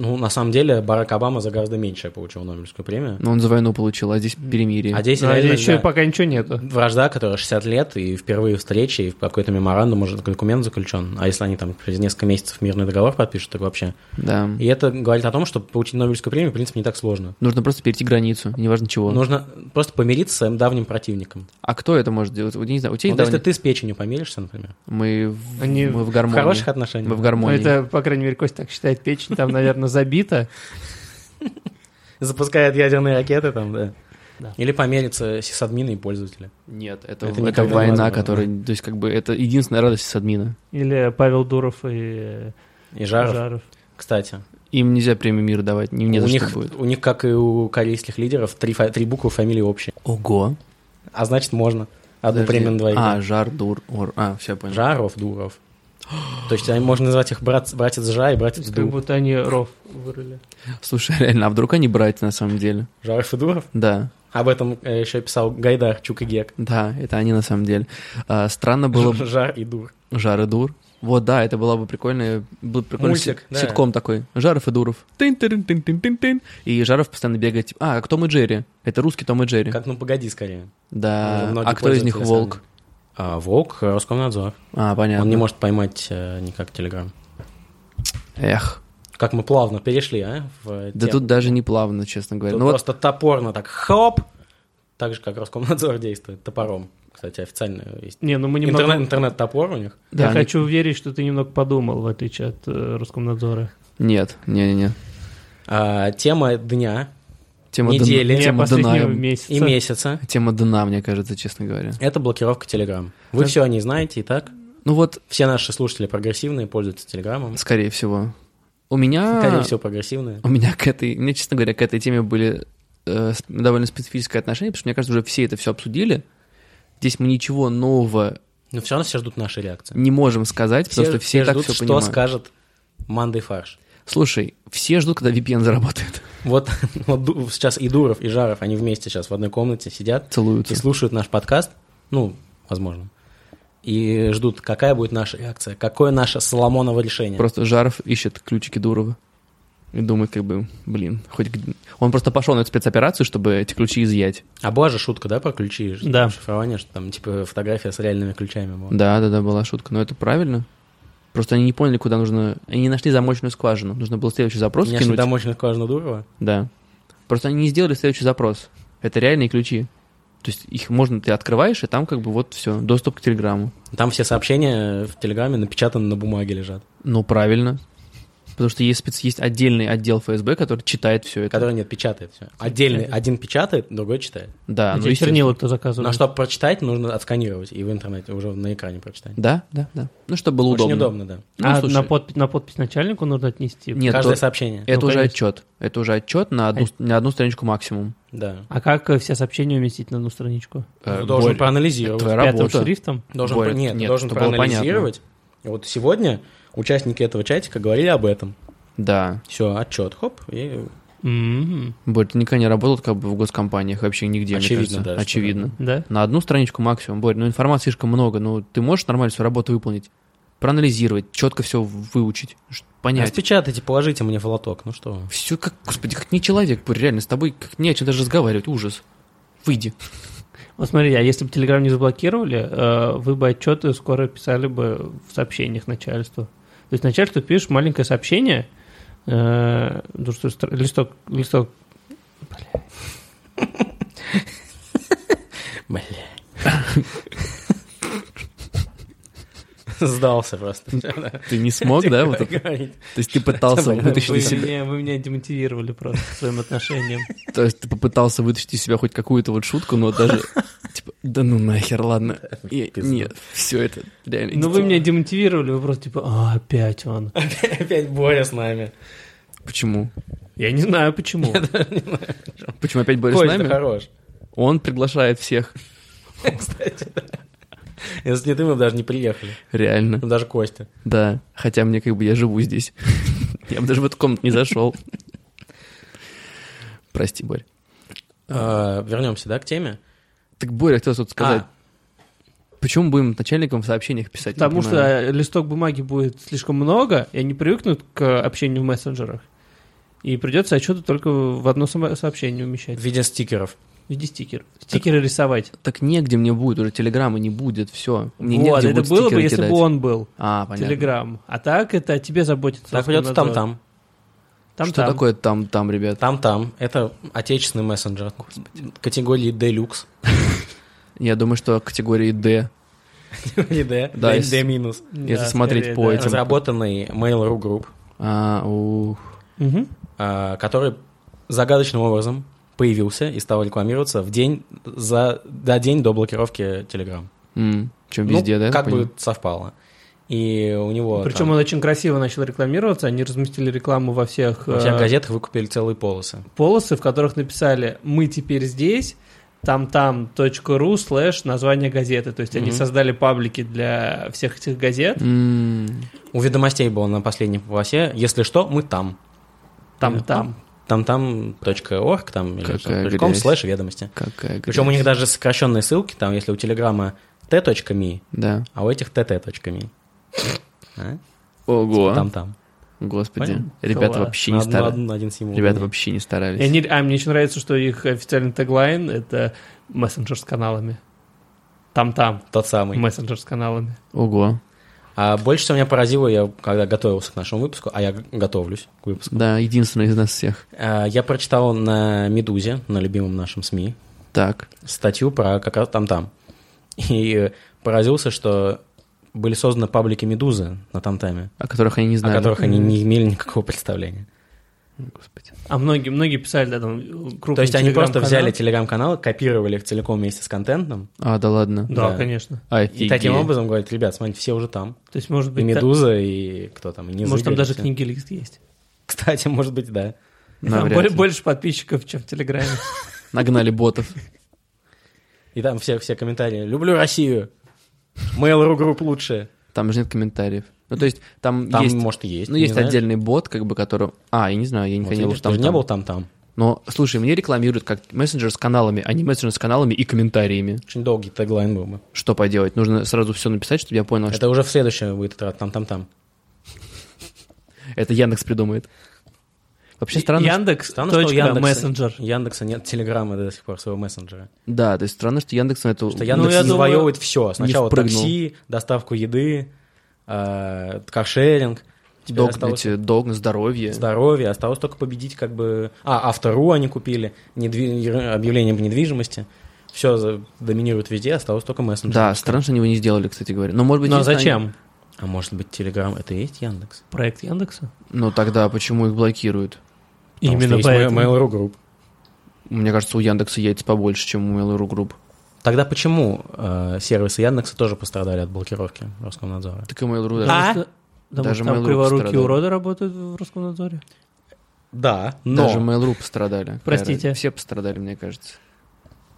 [SPEAKER 1] Ну, на самом деле, Барак Обама за гораздо меньшее получил Нобелевскую премию.
[SPEAKER 2] Но он за войну получил, а здесь перемирие.
[SPEAKER 1] А здесь
[SPEAKER 3] Но
[SPEAKER 1] реально,
[SPEAKER 3] еще
[SPEAKER 1] да.
[SPEAKER 3] и пока ничего нету.
[SPEAKER 1] вражда, которая 60 лет, и впервые встреча, и в какой-то меморандум уже документ заключен. А если они там через несколько месяцев мирный договор подпишут, так вообще.
[SPEAKER 2] Да.
[SPEAKER 1] И это говорит о том, что получить Нобелевскую премию, в принципе, не так сложно.
[SPEAKER 2] Нужно просто перейти границу, неважно чего.
[SPEAKER 1] Нужно просто помириться с своим давним противником.
[SPEAKER 2] А кто это может делать? Вот, я не знаю, у тебя
[SPEAKER 1] Вот
[SPEAKER 2] есть
[SPEAKER 1] если
[SPEAKER 2] давний-
[SPEAKER 1] ты с печенью помиришься, например,
[SPEAKER 2] Мы, в...
[SPEAKER 3] Они
[SPEAKER 2] мы
[SPEAKER 1] в
[SPEAKER 2] в гармонии.
[SPEAKER 1] хороших
[SPEAKER 2] Мы
[SPEAKER 1] отношениях.
[SPEAKER 2] в
[SPEAKER 3] Ну,
[SPEAKER 2] гармонии.
[SPEAKER 3] это, по крайней мере, Костя так считает, печень там, наверное, забита.
[SPEAKER 1] Запускают ядерные ракеты там, да.
[SPEAKER 3] Да.
[SPEAKER 1] Или помириться сисадмины и пользователи.
[SPEAKER 2] Нет,
[SPEAKER 1] Это
[SPEAKER 2] это, это,
[SPEAKER 1] никогда не
[SPEAKER 2] война,
[SPEAKER 1] возможно,
[SPEAKER 2] которая... То есть, как бы, это единственная радость с админа.
[SPEAKER 3] Или Павел Дуров и э,
[SPEAKER 1] И жаров.
[SPEAKER 3] Жаров.
[SPEAKER 1] Кстати,
[SPEAKER 2] Им нельзя премию мира давать, не, не
[SPEAKER 1] у,
[SPEAKER 2] за
[SPEAKER 1] них,
[SPEAKER 2] что будет.
[SPEAKER 1] у них, как и у корейских лидеров, три, фа- три буквы фамилии общие.
[SPEAKER 2] Ого.
[SPEAKER 1] А значит, можно. Одну
[SPEAKER 2] Подожди.
[SPEAKER 1] премию на двоих.
[SPEAKER 2] А, жар, дур, ор. А, все, понял.
[SPEAKER 1] Жаров, Дуров. То есть они- можно назвать их брат, братец Жа и братец
[SPEAKER 3] Как
[SPEAKER 1] Ду.
[SPEAKER 3] будто они ров вырыли.
[SPEAKER 2] Слушай, реально, а вдруг они братья на самом деле?
[SPEAKER 1] Жаров и Дуров?
[SPEAKER 2] Да,
[SPEAKER 1] Об этом э, еще писал Гайдар, Чук и Гек.
[SPEAKER 2] да, это они на самом деле. А, странно было бы
[SPEAKER 1] Жар и Дур.
[SPEAKER 2] Жар и Дур. Вот, да, это была бы прикольная, был прикольный
[SPEAKER 1] Мультик,
[SPEAKER 2] сит-
[SPEAKER 1] да.
[SPEAKER 2] ситком такой. Жаров и Дуров. Тын-тын-тын-тын-тын-тын. И Жаров постоянно бегает, типа, а, как Том и Джерри. Это русский Том и Джерри.
[SPEAKER 1] Как ну погоди скорее.
[SPEAKER 2] Да.
[SPEAKER 1] Уже многие
[SPEAKER 2] А кто из них
[SPEAKER 1] пользователи
[SPEAKER 2] волк?
[SPEAKER 1] А, Волк, э, Роскомнадзор.
[SPEAKER 2] А, понятно.
[SPEAKER 1] Он не может поймать э, никак Телеграм.
[SPEAKER 2] Эх,
[SPEAKER 1] Как мы плавно перешли, а? в, э,
[SPEAKER 2] да
[SPEAKER 1] тему.
[SPEAKER 2] тут даже не плавно, честно говоря.
[SPEAKER 1] Тут
[SPEAKER 2] Ну вот,
[SPEAKER 1] просто топорно так хоп! Так же, как Роскомнадзор действует топором. Кстати, официально есть.
[SPEAKER 3] Не, ну мы немного...
[SPEAKER 1] Интернет, интернет-топор у них.
[SPEAKER 2] да,
[SPEAKER 3] Я
[SPEAKER 2] они-
[SPEAKER 3] хочу верить, что ты немного подумал, в отличие от э, Роскомнадзора.
[SPEAKER 2] Нет, не-не-не.
[SPEAKER 1] А, тема дня
[SPEAKER 2] Тема дна-
[SPEAKER 1] Недели.
[SPEAKER 3] Не,
[SPEAKER 2] тема
[SPEAKER 3] последнего
[SPEAKER 2] дна-
[SPEAKER 3] месяца.
[SPEAKER 1] и месяца
[SPEAKER 2] Тема дна, мне кажется, честно говоря.
[SPEAKER 1] это блокировка Телеграм. Вы все о ней знаете и так.
[SPEAKER 2] Ну вот,
[SPEAKER 1] Все наши слушатели прогрессивные, пользуются Телеграмом.
[SPEAKER 2] скорее всего. У меня...
[SPEAKER 1] Скорее всего, прогрессивные.
[SPEAKER 2] У меня к этой... Мне, честно говоря, к этой теме были э, с- довольно специфическое отношение, потому что, мне кажется, уже все это все обсудили. Здесь мы ничего нового
[SPEAKER 1] Но все равно все ждут нашей реакции.
[SPEAKER 2] не можем сказать, потому что все, и так
[SPEAKER 1] ждут,
[SPEAKER 2] все
[SPEAKER 1] что
[SPEAKER 2] понимают.
[SPEAKER 1] скажет Мандай Фарш.
[SPEAKER 2] Слушай, все ждут, когда VPN заработает.
[SPEAKER 1] Вот, вот Ду- сейчас и Дуров, и Жаров, они вместе сейчас в одной комнате сидят и
[SPEAKER 2] Целуются.
[SPEAKER 1] слушают наш подкаст, ну, возможно, и ждут, какая будет наша реакция, какое наше Соломоново решение.
[SPEAKER 2] Просто Жаров ищет ключики Дурова. И думает, как бы, блин, хоть... где- Он просто пошел на эту спецоперацию, чтобы эти ключи изъять.
[SPEAKER 1] А была же шутка, да, про ключи?
[SPEAKER 3] Да.
[SPEAKER 1] Шифрование, что там, типа, фотография с реальными ключами была.
[SPEAKER 2] Да, да, да, была шутка. Но это правильно. Просто они не поняли, куда нужно... Они не нашли замочную скважину. Нужно было следующий запрос
[SPEAKER 1] Меня же
[SPEAKER 2] кинуть.
[SPEAKER 1] домой скважина Дурова.
[SPEAKER 2] Да. Просто они не сделали следующий запрос. Это реальные ключи. То есть их можно, ты открываешь, и там как бы вот все, доступ к Телеграмму.
[SPEAKER 1] Там все сообщения в Телеграме напечатаны на бумаге лежат,
[SPEAKER 2] Ну, правильно. Потому что есть, спец- есть отдельный отдел ФСБ, который читает все это.
[SPEAKER 1] которые нет, печатает
[SPEAKER 2] Типа,
[SPEAKER 1] все. Отдельный, один печатает, другой читает.
[SPEAKER 2] Да,
[SPEAKER 3] А
[SPEAKER 2] ну,
[SPEAKER 3] тебе
[SPEAKER 2] естественно.
[SPEAKER 3] чернила кто заказывал?
[SPEAKER 1] Но чтобы прочитать, нужно отсканировать и в интернете уже на экране прочитать.
[SPEAKER 2] Да, да, да. Ну, чтобы было
[SPEAKER 1] Очень
[SPEAKER 2] удобно.
[SPEAKER 1] удобно, да.
[SPEAKER 2] Ну,
[SPEAKER 3] а
[SPEAKER 2] слушай,
[SPEAKER 3] на, подпись, на подпись начальнику нужно отнести?
[SPEAKER 2] Нет,
[SPEAKER 1] Каждое
[SPEAKER 2] то-
[SPEAKER 1] сообщение.
[SPEAKER 2] это
[SPEAKER 3] ну,
[SPEAKER 2] уже
[SPEAKER 3] конечно.
[SPEAKER 2] отчет. Это уже отчет на одну, на одну страничку максимум.
[SPEAKER 1] Да.
[SPEAKER 3] А как э, все сообщения уместить на одну страничку?
[SPEAKER 2] Э,
[SPEAKER 1] Ты должен
[SPEAKER 2] Борь,
[SPEAKER 1] проанализировать.
[SPEAKER 2] твоя
[SPEAKER 3] Пятым
[SPEAKER 2] работа.
[SPEAKER 3] шрифтом?
[SPEAKER 1] Должен
[SPEAKER 2] Борь,
[SPEAKER 1] про- Нет, ты
[SPEAKER 2] нет,
[SPEAKER 1] должен
[SPEAKER 2] чтобы было
[SPEAKER 1] проанализировать. Вот сегодня участники этого чатика говорили об этом.
[SPEAKER 2] Да.
[SPEAKER 1] Все, отчет, хоп, и
[SPEAKER 3] М,
[SPEAKER 2] Борь, ты никогда не работал как бы в госкомпаниях вообще нигде, мне
[SPEAKER 1] Очевидно,
[SPEAKER 2] кажется.
[SPEAKER 1] да, что-
[SPEAKER 2] Очевидно.
[SPEAKER 3] Да?
[SPEAKER 2] На одну страничку максимум, Борь, ну информации слишком много, ну ты можешь нормально свою работу выполнить, проанализировать, четко все выучить, ш- понять.
[SPEAKER 1] распечатайте, положите мне в лоток. Ну что, вы.
[SPEAKER 2] Все как, господи, как не человек, Борь, реально, с тобой как не о чем даже разговаривать, ужас. Выйди.
[SPEAKER 3] Вот смотрите, а если бы Телеграм не заблокировали, э, вы бы отчеты скоро писали бы в сообщениях начальству. То есть начальству пишешь маленькое сообщение, э, ну, что стр- листок, листок,
[SPEAKER 1] бля. Сдался просто.
[SPEAKER 2] Ты не смог, да? вот это?
[SPEAKER 1] Говорить.
[SPEAKER 2] То есть ты пытался вытащить
[SPEAKER 3] вы,
[SPEAKER 2] из себя,
[SPEAKER 3] меня, вы меня демотивировали просто своим отношением.
[SPEAKER 2] то есть ты попытался вытащить из себя хоть какую-то вот шутку, но даже типа, да ну нахер, ладно. И-
[SPEAKER 1] Пизда.
[SPEAKER 2] Нет, все это реально.
[SPEAKER 3] Ну вы меня демотивировали, вы просто типа, а, опять он.
[SPEAKER 1] Опять Боря с нами.
[SPEAKER 2] Почему?
[SPEAKER 3] Я не знаю почему.
[SPEAKER 2] Почему опять Борис с
[SPEAKER 1] Боря, ты
[SPEAKER 2] нами?
[SPEAKER 1] хорош.
[SPEAKER 2] Он приглашает всех,
[SPEAKER 1] Кстати, да. Если не ты, мы бы даже не приехали.
[SPEAKER 2] реально.
[SPEAKER 1] Ну, даже Костя.
[SPEAKER 2] Да, хотя мне как бы я живу здесь. Я бы даже в эту комнату не зашел. Прости, Борь.
[SPEAKER 1] А, Вернемся, да, к теме?
[SPEAKER 2] Так, Боря, хотел что-то сказать.
[SPEAKER 1] А,
[SPEAKER 2] Почему будем начальникам в сообщениях писать? Не
[SPEAKER 3] Потому
[SPEAKER 2] понимаю.
[SPEAKER 3] что листок бумаги будет слишком много, и они привыкнут к общению в мессенджерах. И придется отчеты только в одно само- сообщение умещать.
[SPEAKER 1] А, в виде стикеров.
[SPEAKER 3] В виде стикеров. Стикеры рисовать.
[SPEAKER 2] Так негде мне будет, уже телеграмма не будет, все. Мне
[SPEAKER 3] вот,
[SPEAKER 2] негде
[SPEAKER 3] это
[SPEAKER 2] будет
[SPEAKER 3] было бы,
[SPEAKER 2] стикеры
[SPEAKER 3] если
[SPEAKER 2] кидать.
[SPEAKER 3] бы он был.
[SPEAKER 2] А, понятно.
[SPEAKER 3] Телеграм. А так это о тебе заботится.
[SPEAKER 1] Так придется
[SPEAKER 3] Роскомнадзор.
[SPEAKER 1] там-там.
[SPEAKER 3] Там,
[SPEAKER 2] Что
[SPEAKER 3] там.
[SPEAKER 2] такое там-там, ребят?
[SPEAKER 1] Там-там. Это отечественный мессенджер. Категории Deluxe.
[SPEAKER 2] Я думаю, что категории D.
[SPEAKER 1] Или D.
[SPEAKER 2] Да,
[SPEAKER 1] D-
[SPEAKER 2] если-
[SPEAKER 1] D минус.
[SPEAKER 3] Да,
[SPEAKER 2] Если смотреть
[SPEAKER 3] скорее,
[SPEAKER 2] по
[SPEAKER 3] да.
[SPEAKER 2] этим-
[SPEAKER 1] Разработанный Mail.ru Group,
[SPEAKER 2] А, ух.
[SPEAKER 3] Мгм.
[SPEAKER 1] а, который загадочным образом появился и стал рекламироваться в день за, за день до блокировки Telegram.
[SPEAKER 2] М, Чем
[SPEAKER 1] Ну,
[SPEAKER 2] везде, да? я
[SPEAKER 1] Как
[SPEAKER 2] понял?
[SPEAKER 1] бы совпало. и у него...
[SPEAKER 3] Причем
[SPEAKER 1] там-
[SPEAKER 3] он очень красиво начал рекламироваться, они разместили рекламу во всех,
[SPEAKER 1] Во всех
[SPEAKER 3] э,
[SPEAKER 1] газетах выкупили целые полосы.
[SPEAKER 3] полосы, в которых написали «Мы теперь здесь», там ру слэш название газеты. То есть они
[SPEAKER 1] Мгм.
[SPEAKER 3] создали паблики для всех этих газет.
[SPEAKER 2] М.
[SPEAKER 1] У ведомостей было на последней полосе. Если что, мы там. Ну,
[SPEAKER 3] Там-там.
[SPEAKER 1] Там там точка орг, там или
[SPEAKER 2] Какая
[SPEAKER 1] что, точка ком
[SPEAKER 2] грязь.
[SPEAKER 1] слэш ведомости.
[SPEAKER 2] Какая
[SPEAKER 1] Причем у
[SPEAKER 2] грязь.
[SPEAKER 1] них даже сокращенные ссылки, там, если у телеграма t.me,
[SPEAKER 2] Да.
[SPEAKER 1] а у этих tt.me. А?
[SPEAKER 2] Ого.
[SPEAKER 1] Там-там.
[SPEAKER 2] Господи.
[SPEAKER 1] Понял?
[SPEAKER 2] Ребята
[SPEAKER 3] Класс.
[SPEAKER 2] вообще
[SPEAKER 1] На
[SPEAKER 2] не
[SPEAKER 1] одну-
[SPEAKER 2] старались.
[SPEAKER 1] одну- один символ.
[SPEAKER 2] Ребята
[SPEAKER 1] Да.
[SPEAKER 2] вообще не
[SPEAKER 3] И
[SPEAKER 2] старались.
[SPEAKER 3] они- а мне очень нравится, что их официальный теглайн — это мессенджер с каналами. Там-там.
[SPEAKER 1] Тот самый.
[SPEAKER 3] Мессенджер с каналами.
[SPEAKER 2] Ого.
[SPEAKER 1] А больше всего меня поразило, я когда готовился к нашему выпуску, а я г- готовлюсь к выпуску,
[SPEAKER 2] Да, единственный из нас всех.
[SPEAKER 1] а, я прочитал на «Медузе», на любимом нашем СМИ,
[SPEAKER 2] Так.
[SPEAKER 1] статью про как раз там-там. И поразился, что были созданы паблики «Медузы» на там-таме,
[SPEAKER 2] О которых они не
[SPEAKER 1] о
[SPEAKER 2] знали.
[SPEAKER 1] которых они не имели никакого представления.
[SPEAKER 2] Господи.
[SPEAKER 3] А многие, многие писали, да, там крупные
[SPEAKER 1] То есть они просто
[SPEAKER 3] телеграм-каналы.
[SPEAKER 1] взяли телеграм-канал, копировали их целиком вместе с контентом,
[SPEAKER 2] А, да ладно.
[SPEAKER 3] Да,
[SPEAKER 1] Да.
[SPEAKER 3] конечно.
[SPEAKER 2] Офигеть.
[SPEAKER 1] и таким образом говорят, ребят, смотрите, все уже там.
[SPEAKER 3] То есть, может
[SPEAKER 1] И
[SPEAKER 3] быть, та-
[SPEAKER 1] «Медуза», и кто там, и «Незыгорь»,
[SPEAKER 3] может, там
[SPEAKER 1] и
[SPEAKER 3] даже
[SPEAKER 1] все.
[SPEAKER 3] книги лист есть.
[SPEAKER 1] Кстати, может быть, да.
[SPEAKER 3] И там
[SPEAKER 2] Навряд
[SPEAKER 3] более-
[SPEAKER 2] ли.
[SPEAKER 3] больше подписчиков, чем в Телеграме.
[SPEAKER 2] Нагнали ботов.
[SPEAKER 1] И там все, все комментарии. Люблю Россию. Mail.ru групп лучше.
[SPEAKER 2] Там же нет комментариев. Ну, то есть, там,
[SPEAKER 1] Там,
[SPEAKER 2] есть...
[SPEAKER 1] может, и есть.
[SPEAKER 2] Ну,
[SPEAKER 1] не
[SPEAKER 2] есть
[SPEAKER 1] знаю.
[SPEAKER 2] отдельный бот, как бы, который... А, я не знаю, я
[SPEAKER 1] Вот,
[SPEAKER 2] никогда не был
[SPEAKER 1] видишь,
[SPEAKER 2] в там,
[SPEAKER 1] ты же не был там-там.
[SPEAKER 2] Но, слушай, мне рекламируют как мессенджер с каналами, а не мессенджер с каналами и комментариями.
[SPEAKER 1] Очень долгий теглайн был бы.
[SPEAKER 2] Что поделать? Нужно сразу все написать, чтобы я понял, что
[SPEAKER 1] Это уже в следующем будет отрад. Там-там-там.
[SPEAKER 2] это Яндекс придумает. Вообще странно, что-
[SPEAKER 3] Яндекс,
[SPEAKER 1] Странно, что у
[SPEAKER 3] точка,
[SPEAKER 1] Яндекса-
[SPEAKER 3] мессенджер.
[SPEAKER 1] У Яндекса нет телеграмма до сих пор своего мессенджера.
[SPEAKER 2] Да, то есть странно, что Яндекс на эту...
[SPEAKER 1] Что
[SPEAKER 3] Ну, я
[SPEAKER 1] Яндекс
[SPEAKER 3] думаю,
[SPEAKER 1] завоевывает все. Сначала
[SPEAKER 2] впрыгнул.
[SPEAKER 1] такси, доставку еды, э, каршеринг. Теперь
[SPEAKER 2] Дог,
[SPEAKER 1] осталось
[SPEAKER 2] эти, дог на здоровье.
[SPEAKER 1] здоровье. Осталось только победить как бы... А, автору они купили. недви- Объявление по недвижимости. Все доминирует везде, осталось только мессенджер.
[SPEAKER 2] Да, странно, что они его не сделали, кстати говоря. Но, может быть,
[SPEAKER 3] Но
[SPEAKER 2] если
[SPEAKER 3] Ну,
[SPEAKER 2] они-
[SPEAKER 3] а зачем?
[SPEAKER 1] А может быть, Телеграм это и есть Яндекс?
[SPEAKER 3] Проект Яндекса?
[SPEAKER 2] Ну, тогда почему их блокируют?
[SPEAKER 1] Потому
[SPEAKER 3] Именно
[SPEAKER 1] что есть
[SPEAKER 3] поэтому.
[SPEAKER 1] Mail- Mail.ru Group.
[SPEAKER 2] Мне кажется, у Яндекса яйца побольше, чем у Mail.ru Group.
[SPEAKER 1] Тогда почему э, сервисы Яндекса тоже пострадали от блокировки Роскомнадзора?
[SPEAKER 2] Так и Mail.ru даже...
[SPEAKER 3] Потому
[SPEAKER 1] А?
[SPEAKER 3] что- Потому
[SPEAKER 2] Даже
[SPEAKER 3] что там
[SPEAKER 2] Mail.ru
[SPEAKER 3] криворукие
[SPEAKER 2] пострадал.
[SPEAKER 3] уроды работают в Роскомнадзоре.
[SPEAKER 1] Да, но...
[SPEAKER 2] Даже Mail.ru пострадали.
[SPEAKER 3] Простите.
[SPEAKER 2] Все пострадали, мне кажется.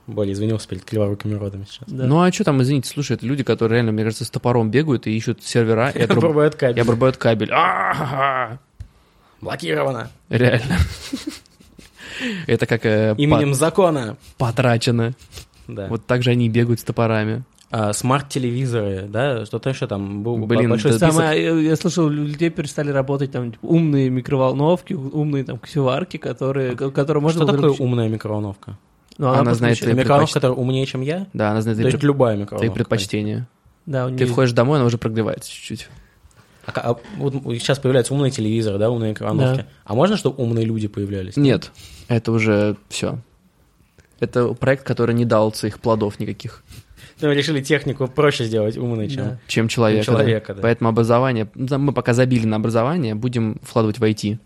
[SPEAKER 1] Более извинился перед криворукими родами сейчас.
[SPEAKER 3] Да.
[SPEAKER 2] Ну а что там, извините, слушай, это люди, которые реально, мне кажется, с топором бегают и ищут сервера и отруб-
[SPEAKER 1] Обрубают
[SPEAKER 2] и
[SPEAKER 1] кабель.
[SPEAKER 2] обрубают кабель. А-а-а!
[SPEAKER 1] Блокировано.
[SPEAKER 2] Реально. Это как э,
[SPEAKER 1] Именем закона.
[SPEAKER 2] пот- потрачено.
[SPEAKER 1] Да.
[SPEAKER 2] Вот так же они и бегают с топорами.
[SPEAKER 1] А, смарт-телевизоры, да, что-то еще там был
[SPEAKER 2] Блин,
[SPEAKER 1] большой
[SPEAKER 2] да-
[SPEAKER 1] а список.
[SPEAKER 3] Самое, а, я- я слышал, у людей перестали работать там типа, умные микроволновки, умные там ксюварки, которые, ко- которые можно
[SPEAKER 1] Что такое
[SPEAKER 3] выключить.
[SPEAKER 1] умная микроволновка?
[SPEAKER 3] Ну,
[SPEAKER 2] Она
[SPEAKER 3] просто
[SPEAKER 2] знает
[SPEAKER 3] включает.
[SPEAKER 2] Ты
[SPEAKER 1] микроволновка,
[SPEAKER 2] предпоч-
[SPEAKER 1] которая умнее, чем я?
[SPEAKER 2] Да, она знает
[SPEAKER 1] То
[SPEAKER 2] твои
[SPEAKER 1] есть
[SPEAKER 2] пред-
[SPEAKER 1] любая
[SPEAKER 2] твои
[SPEAKER 1] микроволновка.
[SPEAKER 2] предпочтения.
[SPEAKER 3] Да, у
[SPEAKER 2] Ты
[SPEAKER 3] нее
[SPEAKER 2] входишь домой, она уже прогревается чуть-чуть.
[SPEAKER 1] А ка- а вот сейчас появляются умные телевизоры, да, умные микроволновки.
[SPEAKER 3] Да.
[SPEAKER 1] А можно, чтобы умные люди появлялись?
[SPEAKER 2] Нет, это уже все. Это проект, который не дал своих плодов никаких,
[SPEAKER 1] Ну, решили технику проще сделать умной, чем...
[SPEAKER 3] Да.
[SPEAKER 2] чем человека.
[SPEAKER 1] Чем человека, да.
[SPEAKER 2] Поэтому образование... ну, там Мы пока забили на образование, будем вкладывать в IT.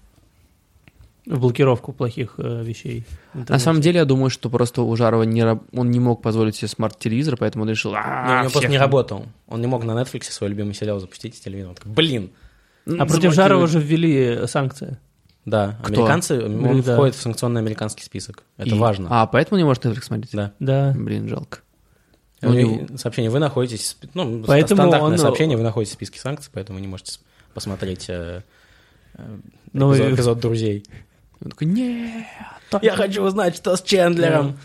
[SPEAKER 3] блокировку плохих э, вещей.
[SPEAKER 1] Ну,
[SPEAKER 2] На самом деле, я думаю, что просто у Жарова не раб- он не мог позволить себе смарт-телевизор, поэтому он решил... «А,
[SPEAKER 1] Не, Ну, у него просто не работал. Он не мог на Netflix свой любимый сериал запустить с телевизора. Он такой, Блин!
[SPEAKER 3] а против Жарова уже ввели санкции.
[SPEAKER 1] Да,
[SPEAKER 2] Кто?
[SPEAKER 1] американцы, он
[SPEAKER 3] Ну, да.
[SPEAKER 1] входит в санкционный американский список. Это важно.
[SPEAKER 2] А, поэтому не может Netflix смотреть?
[SPEAKER 1] Да.
[SPEAKER 3] Да.
[SPEAKER 2] Блин, жалко.
[SPEAKER 1] Ну,
[SPEAKER 2] Ну,
[SPEAKER 1] и сообщение, вы находитесь, ну, ст-
[SPEAKER 3] Поэтому
[SPEAKER 1] стандартное
[SPEAKER 3] он-
[SPEAKER 1] сообщение, вы находитесь в списке санкций, поэтому вы не можете с- посмотреть э, э,
[SPEAKER 3] Ну,
[SPEAKER 1] эпизод,
[SPEAKER 3] и-
[SPEAKER 1] эпизод друзей.
[SPEAKER 2] Он такой, не
[SPEAKER 1] Я хочу узнать, что с Чендлером.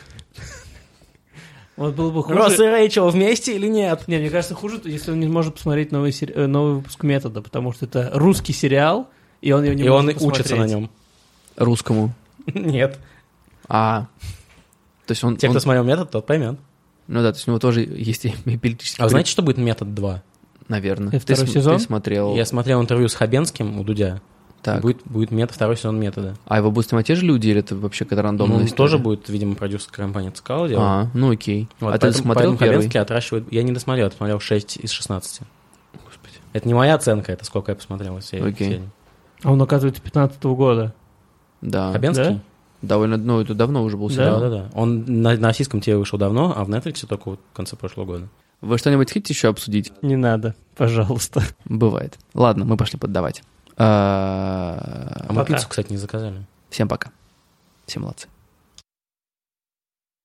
[SPEAKER 3] Вот было бы хуже.
[SPEAKER 1] Росс и Рэйчел вместе или нет?
[SPEAKER 3] Не, мне кажется, хуже, если он не может посмотреть новый, сери- э, новый выпуск метода, потому что это русский сериал, и он его не
[SPEAKER 1] И
[SPEAKER 3] может
[SPEAKER 1] он и
[SPEAKER 3] посмотреть.
[SPEAKER 1] учится на нем.
[SPEAKER 2] Русскому.
[SPEAKER 1] Нет.
[SPEAKER 2] А. То есть он...
[SPEAKER 1] Те,
[SPEAKER 2] он-
[SPEAKER 1] кто смотрел метод, тот поймет.
[SPEAKER 2] Ну да, то есть у него тоже есть эпилептический...
[SPEAKER 1] А вы знаете, что будет метод 2?
[SPEAKER 2] Наверное.
[SPEAKER 3] Это
[SPEAKER 2] ты,
[SPEAKER 3] второй
[SPEAKER 2] см-
[SPEAKER 3] сезон?
[SPEAKER 2] ты смотрел...
[SPEAKER 1] Я смотрел интервью с Хабенским у Дудя.
[SPEAKER 2] Так.
[SPEAKER 1] Будет, будет мет, второй сезон метода.
[SPEAKER 2] А его будут снимать те же люди, или это вообще какая-то
[SPEAKER 1] Ну,
[SPEAKER 2] рандомная история?
[SPEAKER 1] тоже будет, видимо, продюсерская компания Цикало делать.
[SPEAKER 2] А, ну окей.
[SPEAKER 1] Вот,
[SPEAKER 2] а ты
[SPEAKER 1] поэтому-
[SPEAKER 2] смотрел
[SPEAKER 1] поэтому
[SPEAKER 2] первый?
[SPEAKER 1] Хабенский отращивает... Я не досмотрел, я посмотрел 6 из 16.
[SPEAKER 2] Господи.
[SPEAKER 1] Это не моя оценка, это сколько я посмотрел. из серии-
[SPEAKER 2] Окей.
[SPEAKER 1] серии.
[SPEAKER 3] А он, оказывается, 15 года.
[SPEAKER 2] Да.
[SPEAKER 1] Хабенский?
[SPEAKER 2] Довольно... Ну, это давно уже был
[SPEAKER 3] Да?
[SPEAKER 1] Да,
[SPEAKER 2] сериал.
[SPEAKER 1] да, да. Он на, на российском теле вышел давно, а в Netflix только вот в конце прошлого года.
[SPEAKER 2] Вы что-нибудь хотите еще обсудить?
[SPEAKER 3] Не надо, пожалуйста.
[SPEAKER 2] Бывает. Ладно, мы пошли поддавать.
[SPEAKER 1] А
[SPEAKER 2] А,
[SPEAKER 1] мы
[SPEAKER 3] Пока.
[SPEAKER 1] пиццу, А кстати, не заказали.
[SPEAKER 2] Всем пока. Все молодцы.